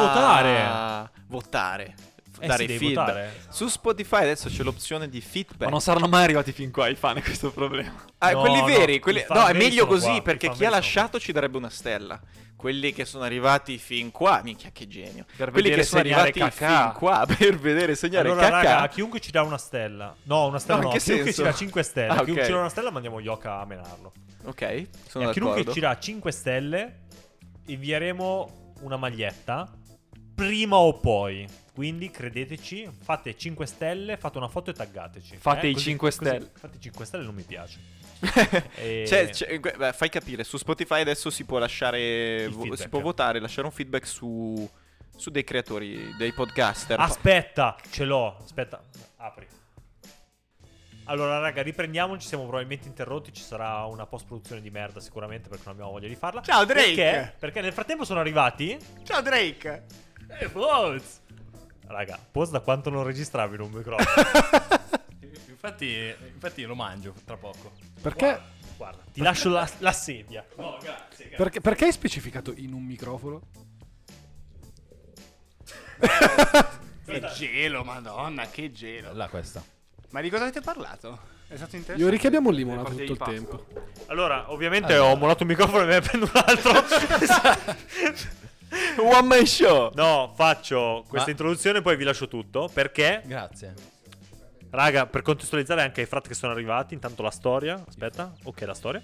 S5: Ah, Votare. F-
S1: Eh
S5: dare
S1: sì, devi
S5: feedback.
S1: votare.
S5: Su Spotify adesso c'è l'opzione di feedback.
S2: Ma non saranno mai arrivati fin qua i fan, è questo il problema.
S5: Ah,
S1: No,
S5: quelli
S1: no,
S5: veri,
S1: i
S5: quelli...
S1: fan
S5: no, è
S1: veri
S5: meglio
S1: sono
S5: così
S1: qua, i
S5: perché
S1: fan
S5: chi ha
S1: veri sono
S5: lasciato ci darebbe una stella. Quelli che sono arrivati fin qua, minchia che genio.
S2: Per
S5: quelli
S2: vedere
S5: che sono
S2: segnare
S5: arrivati
S2: Kakà.
S5: fin qua [LAUGHS] per vedere segnare
S1: Allora,
S5: cacca.
S1: raga, a chiunque ci dà una stella. No, una stella
S5: No,
S1: no.
S5: in
S1: a
S5: che
S1: chiunque
S5: senso?
S1: ci dà 5 stelle.
S5: Ah,
S1: A Chiunque
S5: ok.
S1: ci dà una stella, mandiamo Yoka a menarlo.
S5: Ok,
S1: e
S5: sono
S1: a chiunque
S5: d'accordo.
S1: ci dà 5 stelle, invieremo una maglietta. Prima o poi. Quindi credeteci, fate 5 stelle, fate una foto e taggateci. eh?
S2: Fate i
S1: così-
S2: 5
S1: così-
S2: stelle.
S1: Fate 5 stelle, non mi piace.
S5: [LAUGHS]
S1: Eh, E-
S5: Cioè, c'è- que- beh, fai capire, su Spotify adesso si può lasciare
S1: Il
S5: vo- si
S1: feedback.
S5: può votare, lasciare un feedback su, su dei creatori, dei podcaster.
S1: Aspetta, ce l'ho. Aspetta, apri. Allora, raga, riprendiamoci. Siamo probabilmente interrotti. Ci sarà una post-produzione di merda, sicuramente, perché non abbiamo voglia di farla.
S5: Ciao, Drake!
S1: Perché? Perché nel frattempo sono arrivati.
S5: Ciao Drake.
S1: E Boz! Raga, Boz da quanto non registravi in un microfono?
S6: Infatti, infatti lo mangio tra poco.
S3: Perché,
S1: Guarda, ti lascio la, la sedia.
S6: No, grazie. grazie.
S3: perché, perché hai specificato in un microfono?
S6: Che gelo, madonna, che gelo. Là questa.
S7: Ma di cosa avete parlato? È stato interessante.
S3: Io e Ricky abbiamo limonato
S2: Partite
S3: tutto il
S2: di
S3: tempo.
S1: Allora, ovviamente ho mollato il microfono e me ne prendo un altro.
S5: One man show.
S1: no, faccio questa
S6: Ma-
S1: introduzione e poi vi lascio tutto. Perché
S6: Grazie.
S1: Raga, per contestualizzare anche ai frat che sono arrivati, intanto la storia. Aspetta, ok, la storia.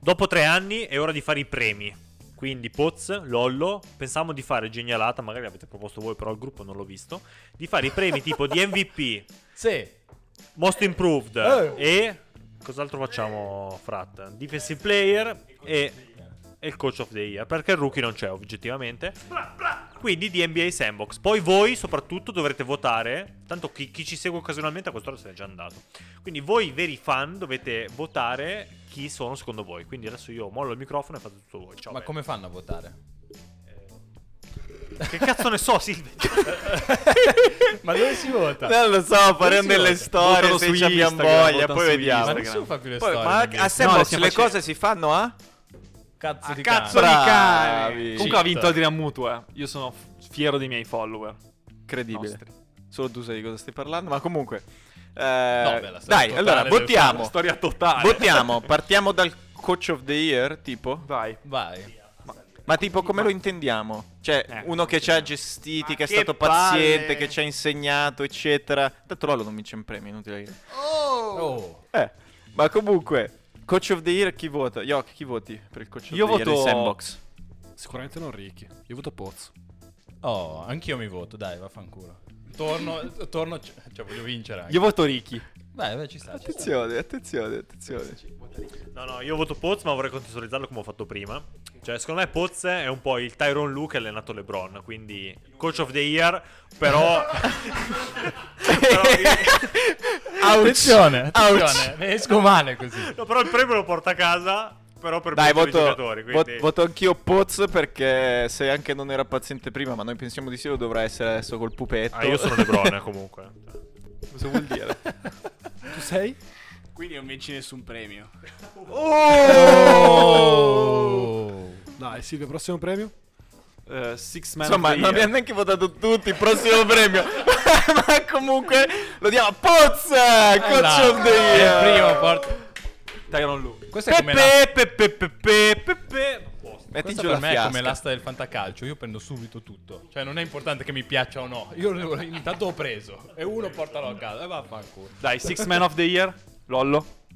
S1: Dopo tre anni è ora di fare i premi. Quindi Poz, Lollo, pensavamo di fare genialata, magari l'avete proposto voi, però il gruppo non l'ho visto. Di fare i premi tipo di MVP,
S6: Sì.
S1: Most Improved
S6: Eh.
S1: e. Cos'altro facciamo, frat? Defensive Player e. e il Coach of the Year. Perché il rookie non c'è, oggettivamente. Quindi di NBA Sandbox. Poi voi, soprattutto, dovrete votare. Tanto chi, chi ci segue occasionalmente a quest'ora se n'è già andato. Quindi voi, veri fan, dovete votare chi sono secondo voi. Quindi adesso io mollo il microfono e fate tutto voi. Ciao.
S6: Ma
S1: belli.
S6: come fanno a votare?
S1: Che cazzo ne so, Silvia?
S6: [LAUGHS] Ma dove si vota?
S5: Non lo so, faremo
S6: si
S5: delle
S6: vota?
S5: storie
S2: Votano
S5: se
S2: su
S5: ci abbiamo
S2: Instagram,
S5: voglia,
S2: votano
S5: poi
S2: su
S5: vediamo.
S6: Ma
S2: Instagram.
S6: nessuno fa più le
S5: Poi,
S6: storie.
S5: ma
S6: quindi.
S5: a
S2: No,
S5: Sandbox
S2: stiamo
S5: le
S2: facendo-
S5: cose si fanno ah? a?
S6: cazzo di
S7: cazzo
S6: cane.
S7: di
S5: Bravi.
S2: Comunque ha vinto
S6: Cheat.
S2: Adrian Mutu, eh. Io sono f- fiero dei miei follower.
S5: Incredibile.
S2: Nostri.
S5: Solo tu sai di cosa stai parlando, ma comunque. eh,
S6: beh, la storia
S5: dai,
S6: totale
S5: allora
S6: del-
S5: votiamo.
S2: Storia totale.
S5: Votiamo, partiamo dal coach of the year, tipo.
S2: [LAUGHS] Vai.
S6: Vai.
S5: Ma tipo come lo intendiamo? Cioè,
S2: Eh,
S5: uno che ci ha gestiti,
S7: Ma
S5: che è
S7: che
S5: stato paziente,
S7: palle.
S5: che ci ha insegnato, eccetera. Tanto Lolo non vince un premio, inutile dire.
S7: Oh!
S6: Oh.
S5: Eh, ma comunque, coach of the year chi vota? Yok, chi voti per il coach of
S2: Io
S5: the year
S2: voto-
S5: in sandbox?
S3: Sicuramente non Ricky. Io voto Pozzo.
S6: Oh, anch'io mi voto, dai, vaffanculo. Torno, torno, cioè voglio vincere anche.
S2: Io voto Ricky.
S6: Beh, beh, ci sta. ci sta.
S5: Attenzione, attenzione, attenzione.
S1: No, no, io voto Poz, ma vorrei contestualizzarlo come ho fatto prima. Cioè, secondo me Poz è un po' il Tyrone Luke allenato LeBron, quindi coach of the year, però
S6: Attenzione, attenzione. Ne esco male così.
S1: No, però il premio lo porta a casa, però per
S5: Dai,
S1: molti
S5: voto,
S1: giocatori,
S5: vo-
S1: quindi
S5: voto anch'io Poz perché se anche non era paziente prima, ma noi pensiamo di sì, lo dovrà essere adesso col pupetto.
S1: Ah, io sono
S5: [LAUGHS]
S1: LeBron eh, comunque.
S5: Cosa vuol [LAUGHS] dire?
S3: Tu sei?
S7: Quindi non vinci nessun premio.
S6: Oh.
S3: Dai, Silvia, prossimo premio?
S2: Eh, six Man
S5: Insomma,
S2: of the
S5: non
S2: Year.
S5: abbiamo neanche votato tutti, il prossimo premio. [LAUGHS] ma comunque lo diamo a Poz, coach
S6: là.
S5: of the
S6: Il
S5: year.
S6: primo porta.
S2: Tyrone Lue.
S6: Questo è come la...
S1: Pepe, pepe, pepe, pepe.
S5: Metti
S6: Questa
S5: giù
S6: per
S5: la
S6: me è
S5: fiasca.
S6: come l'asta del fantacalcio, io prendo subito tutto. Cioè non è importante che mi piaccia o no, io lo- intanto ho preso e uno portalo a casa e vaffanculo.
S2: Dai, Six Man of the Year. Lollo.
S5: [LAUGHS]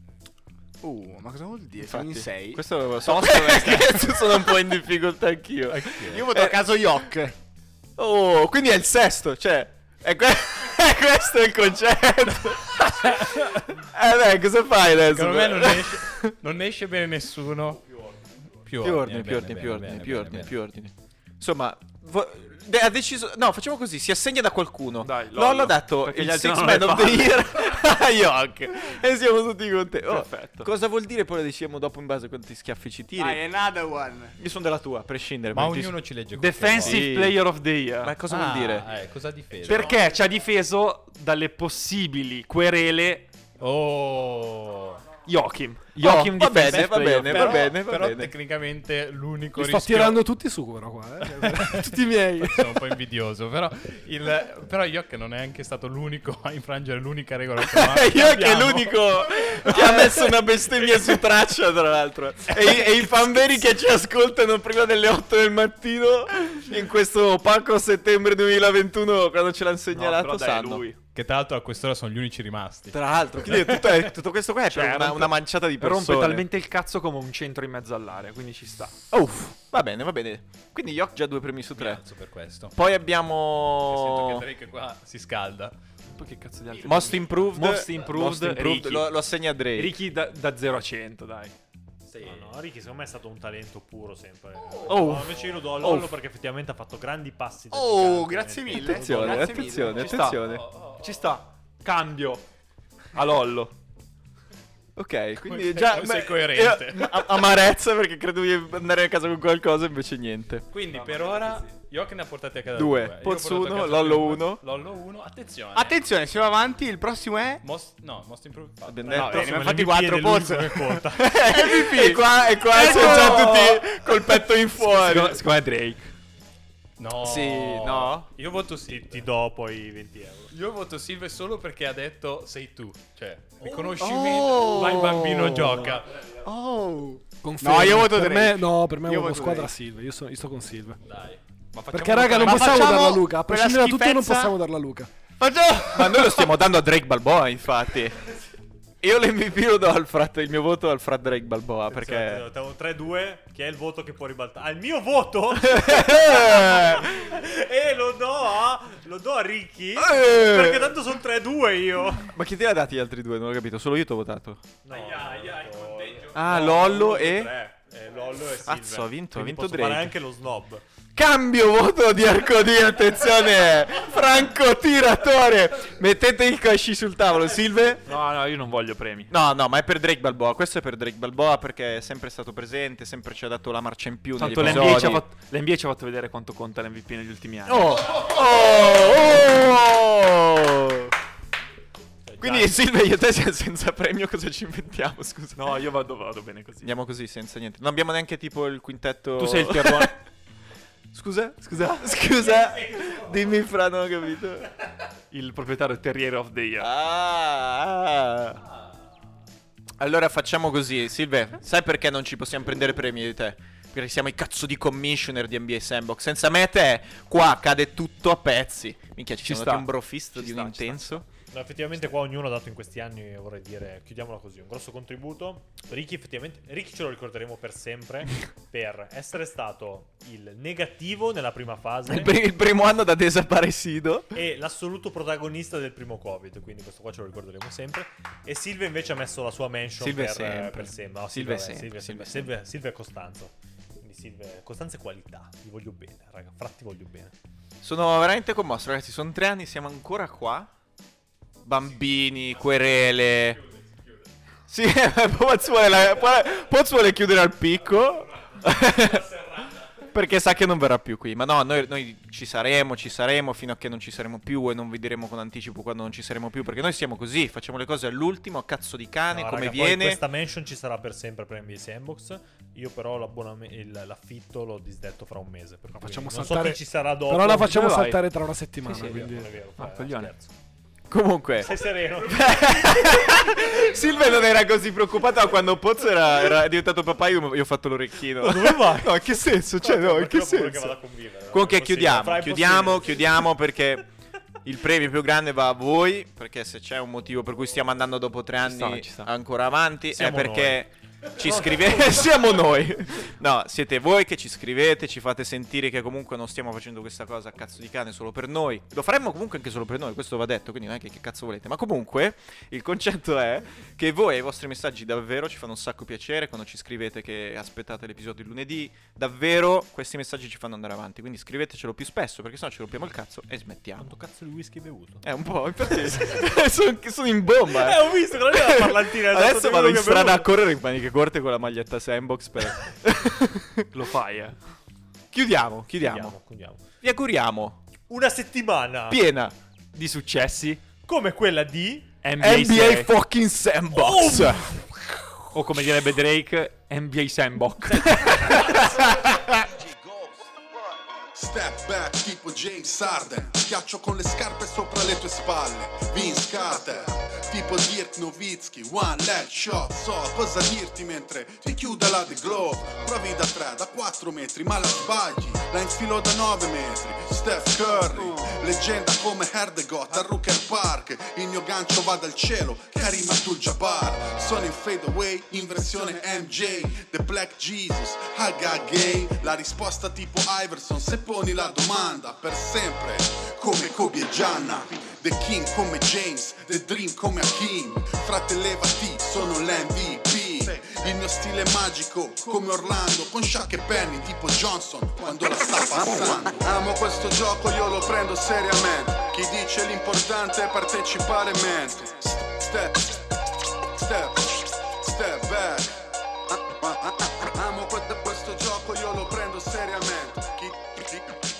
S7: Uh, ma cosa vuol dire?
S5: Infatti,
S7: Sono in sei.
S5: Questo lo so
S2: [LAUGHS]
S5: perché sono un po' in difficoltà anch'io.
S7: Io voto a caso Yok.
S5: Oh, quindi è il sesto, cioè. È que- [LAUGHS] questo è il concetto. eh beh, cosa fai adesso?
S6: Secondo me non ne esce, non ne esce bene nessuno. Più
S5: più ordine, più ordine,
S6: bene,
S5: più
S6: bene,
S5: ordine,
S6: bene,
S5: più
S6: bene,
S5: ordine,
S6: bene.
S5: più ordine. Insomma, vo- de- ha deciso. No, facciamo così: si assegna da qualcuno.
S2: Dai, Lollo.
S5: Lollo ha dato
S2: Perché
S5: il
S2: gli altri
S5: Six
S2: non
S5: Man
S2: lo
S5: of the Year a Yok. E siamo tutti contenti. Oh,
S2: Perfetto.
S5: Cosa vuol dire? Poi lo decidiamo dopo in base a quanti schiaffi ci tiri.
S2: eh.
S7: Dai, another one.
S5: Io sono della tua, a prescindere.
S6: Ma
S5: perché-
S6: ognuno ci legge qualche
S2: Defensive
S5: Sì.
S2: Player of the Year.
S5: Ma cosa
S6: volta.
S5: vuol dire?
S6: Ah, eh, cosa ha difeso?
S2: Perché ci ha difeso dalle possibili querele
S6: Oh.
S2: Joachim.
S5: Joachim
S2: Defensive
S5: difese, Oh, va
S2: Player of the Year.
S5: bene, va
S6: Però-
S5: bene, Eh, va
S6: però
S5: bene.
S6: tecnicamente l'unico
S3: Mi sto
S6: rischio [LAUGHS]
S3: tirando tutti su, però, qua. eh. tutti
S2: [LAUGHS]
S3: i miei.
S6: sono un po' invidioso, però, il, però Yok non è anche stato l'unico a infrangere l'unica regola
S5: [LAUGHS]
S6: che abbiamo-
S5: Io che è
S6: abbiamo.
S5: l'unico [LAUGHS] che ha messo una bestemmia su traccia, tra l'altro. E, i- e i fan veri che ci ascoltano prima delle 8 del mattino, in questo opaco settembre 2021, quando ce l'hanno
S2: No, però
S5: segnalato,
S2: dai,
S5: sanno.
S2: lui.
S6: Che tra l'altro a quest'ora sono gli unici rimasti.
S5: Tra l'altro, quindi tutto, è- tutto questo qua è
S2: Cioè,
S5: per una,
S2: rompe-
S5: una manciata di persone.
S2: Rompe talmente il cazzo come un centro in mezzo all'area, quindi ci sta.
S5: Uff, va bene, va bene. Quindi Yok già due premi su
S6: Mi
S5: tre.
S6: alzo per questo.
S5: Poi
S6: Sento
S5: abbiamo...
S6: che Drake qua si scalda.
S2: Poi che cazzo di altri?
S5: Most Improved.
S2: Most Improved,
S5: Most Improved,
S2: Ricky.
S5: Lo, lo assegna a Drake.
S2: Ricky da, da 0 a 100, dai.
S1: No, no, Ricky secondo me è stato un talento puro sempre.
S5: Oh.
S1: No, invece io lo do a
S5: Oh.
S1: Lollo perché effettivamente ha fatto grandi passi. da
S7: Oh,
S1: gigante,
S7: grazie
S1: veramente.
S7: mille.
S5: Attenzione,
S7: Grazie mille.
S5: attenzione,
S2: Ci sta.
S5: attenzione.
S2: Ci sta. Cambio. A Lollo.
S5: Ok, quindi
S6: sei-
S5: già...
S6: come sei
S5: beh,
S6: coerente.
S5: eh, a- amarezza perché credo di andare a casa con qualcosa, invece niente.
S6: Quindi per ora Yok ne ha portati a casa
S5: Due.
S6: due. Io
S5: Poz
S6: ho portato a
S5: uno,
S6: casa
S5: Lollo
S6: due.
S5: uno.
S6: Lollo 1, attenzione.
S7: Attenzione, si va avanti. Il prossimo è.
S6: Most- no, most improved.
S5: Abbiamo
S7: No,
S5: detto...
S7: eh,
S1: Però
S7: ne
S1: siamo
S7: abbiamo fatti
S1: MVP
S5: [LAUGHS]
S7: quattro,
S1: dell'unico
S7: Poz.
S1: che conta.
S5: Ecco! [LAUGHS] MVP! E qua, e qua sono già tutti col petto in fuori.
S2: Secondo me è Drake.
S6: No.
S5: Sì, no?
S6: Io voto
S1: Ti, [LAUGHS]
S6: Silve.
S1: ti do poi 20 euro.
S6: Io voto Silve solo perché ha detto sei tu. Cioè, riconoscimi,
S7: Oh.
S6: vai bambino gioca.
S7: Oh.
S3: Confermo.
S7: No, io voto
S3: per
S7: Drake.
S3: me, No, per me
S7: Io
S3: è una
S7: voto
S3: squadra
S7: Drake.
S3: Silve. Io, sono- io sto con Silve.
S6: Dai. Ma facciamo
S3: Perché, raga, non
S7: Ma
S3: possiamo
S7: facciamo
S3: darla a Luca.
S7: quella
S3: A prescindere da tutto, non
S7: schifezza?
S3: possiamo darla a Luca.
S5: Ma noi lo stiamo dando a Drake Balboa, infatti. Io l'MVP lo do al frat, il mio voto al frat Drake Balboa, perché...
S1: Siamo 3-2, che è il voto che può ribaltare. Ah, il mio
S5: [LAUGHS]
S1: voto? [LAUGHS] e lo do a. Lo do a Ricky.
S5: Eh.
S1: perché tanto sono 3-2 io.
S5: Ma chi te l'ha dati gli altri due? Non ho capito, solo io ti ho votato.
S1: No, no, no.
S5: Ah, Lollo e...
S1: Tre. Eh, Lollo e
S5: Cazzo,
S1: Silver.
S5: ha vinto, ha
S1: Quindi
S5: vinto
S1: posso
S5: Drake.
S1: fare anche lo snob.
S5: Cambio voto di Arcodì, attenzione! Francotiratore! Mettete i casci sul tavolo, Silve.
S2: No, no, io non voglio premi.
S5: No, no, ma è per Drake Balboa. Questo è per Drake Balboa perché è sempre stato presente, sempre ci ha dato la marcia in più.
S2: Tanto
S5: negli
S2: l'NBA ci, ha
S5: episodi.
S2: fatto, l'NBA ci ha fatto vedere quanto conta l'MVP negli ultimi anni.
S5: Oh! Oh! Oh! Quindi Silve io e te siamo senza premio, cosa ci inventiamo? Scusa.
S2: No, io vado, vado bene così.
S5: Andiamo così, senza niente. Non abbiamo neanche tipo il quintetto.
S2: Tu sei il Pierrot.
S5: scusa, scusa, [LAUGHS]
S2: [LAUGHS]
S5: scusa. Dimmi fra, non ho capito.
S2: Il proprietario Terriere of the Year.
S5: Ah, ah. Allora facciamo così, Silve. Sai perché non ci possiamo prendere premi di te? Perché siamo i cazzo di commissioner di NBA Sandbox. Senza me, te, qua cade tutto a pezzi. Minchia, ci,
S2: Ci
S5: siamo
S2: sta.
S5: dati un brofist
S2: Ci
S5: di un
S2: sta, ci [LAUGHS]
S5: intenso.
S1: No, effettivamente qua ognuno ha dato in questi anni, vorrei dire, chiudiamola così, un grosso contributo. Ricky effettivamente, Ricky ce lo ricorderemo per sempre
S5: [LAUGHS]
S1: per essere stato il negativo nella prima
S5: Il,
S1: fase
S5: pri- il primo anno da desaparecido.
S1: e l'assoluto protagonista del primo Covid, quindi questo qua ce lo ricorderemo sempre. E Silvia invece ha messo la sua mention
S5: Silvia
S1: per
S5: sempre.
S1: per sempre. No,
S5: Silvia
S1: Silvia, vabbè, Silvia,
S5: sempre,
S1: Silvia,
S5: Silvia
S1: Silvia, Silvia è Costanza. Quindi Silvia, Costanza e qualità, vi voglio bene, raga, fratti voglio bene.
S5: Sono veramente commosso, ragazzi. Sono tre anni, siamo ancora qua. Bambini, querele. Sì, [LAUGHS] Poz vuole, la- Poz vuole chiudere al picco. [LAUGHS] Perché sa che non verrà più qui. Ma no, noi, noi ci saremo, ci saremo fino a che non ci saremo più e non vi diremo con anticipo quando non ci saremo più. Perché noi siamo così, facciamo le cose all'ultimo, a cazzo di cane,
S1: No,
S5: come
S1: raga, poi
S5: viene.
S1: Questa mention ci sarà per sempre per NBA Sandbox. Io, però, l'abboname- il- l'affitto l'ho disdetto fra un mese. Per
S3: La
S1: cui
S3: facciamo
S1: non
S3: saltare.
S1: so chi ci sarà dopo.
S3: Però la facciamo
S2: Dove vai?
S3: saltare tra una settimana.
S2: Sì, sì,
S1: Non è
S3: quindi-
S1: vero, non è vero,
S2: Ah,
S1: eh,
S2: coglione.
S1: scherzo.
S5: Comunque.
S1: Sei sereno.
S5: Cioè,
S1: [LAUGHS]
S5: Silve non era così preoccupata ma quando Pozzo era, era diventato papà. Io, io ho fatto l'orecchino.
S1: Ma dove vai?
S5: No, in che senso? Cioè, no, in che senso? Comunque chiudiamo, chiudiamo, chiudiamo perché il premio più grande va a voi. Perché se c'è un motivo per cui stiamo andando dopo tre anni
S2: sta, ci sta.
S5: ancora avanti,
S1: Siamo
S5: è perché. Ci scrivete, [LAUGHS] siamo noi. No, siete voi che ci scrivete, ci fate sentire che comunque non stiamo facendo questa cosa a cazzo di cane solo per noi. Lo faremmo comunque anche solo per noi, questo va detto, quindi non è che, che cazzo volete. Ma comunque il concetto è che voi e i vostri messaggi davvero ci fanno un sacco piacere quando ci scrivete che aspettate l'episodio il lunedì. Davvero questi messaggi ci fanno andare avanti, quindi scrivetecelo più spesso perché sennò ci rompiamo il cazzo e smettiamo.
S1: Quanto cazzo di whisky hai bevuto?
S5: È un po', infatti [LAUGHS] sono, sono in bomba.
S1: [LAUGHS] Eh, ho visto che non era la parlantina. era
S5: Adesso
S1: stato
S5: vado
S1: quello
S5: in
S1: che abbiamo
S5: strada a correre in maniche corte con la maglietta sandbox per...
S2: Lo fai, eh.
S5: Chiudiamo, chiudiamo.
S1: bevuto. Chiudiamo, chiudiamo.
S5: Vi auguriamo
S1: Una settimana
S5: piena
S2: Di successi.
S1: come quella di.
S2: NBA,
S5: NBA fucking sandbox.
S2: o come direbbe Drake, NBA Sandbox.
S4: Step back tipo James Harden Schiaccio con le scarpe sopra le tue spalle Vince Carter Tipo Dirk Nowitzki One leg shot So cosa dirti mentre ti chiuda la The Globe Provi da 3, da 4 metri Ma la sbagli La infilo da 9 metri Steph Curry Leggenda come Herdegot a Rooker Park Il mio gancio va dal cielo Karim Abdul-Jabbar Sono in fade away in versione MJ The Black Jesus Haga Gay La risposta tipo Iverson se poni la domanda Per sempre come Kobe e Gianna The King come James, The Dream come Hakim Frate levati, sono l'MVP Il mio stile è magico come Orlando Con Shaq e Penny tipo Johnson quando la sta passando Amo questo gioco, io lo prendo seriamente Chi dice l'importante è partecipare mente Step, step, step back Ah, Amo questo, questo gioco, io lo prendo seriamente Chi- chi-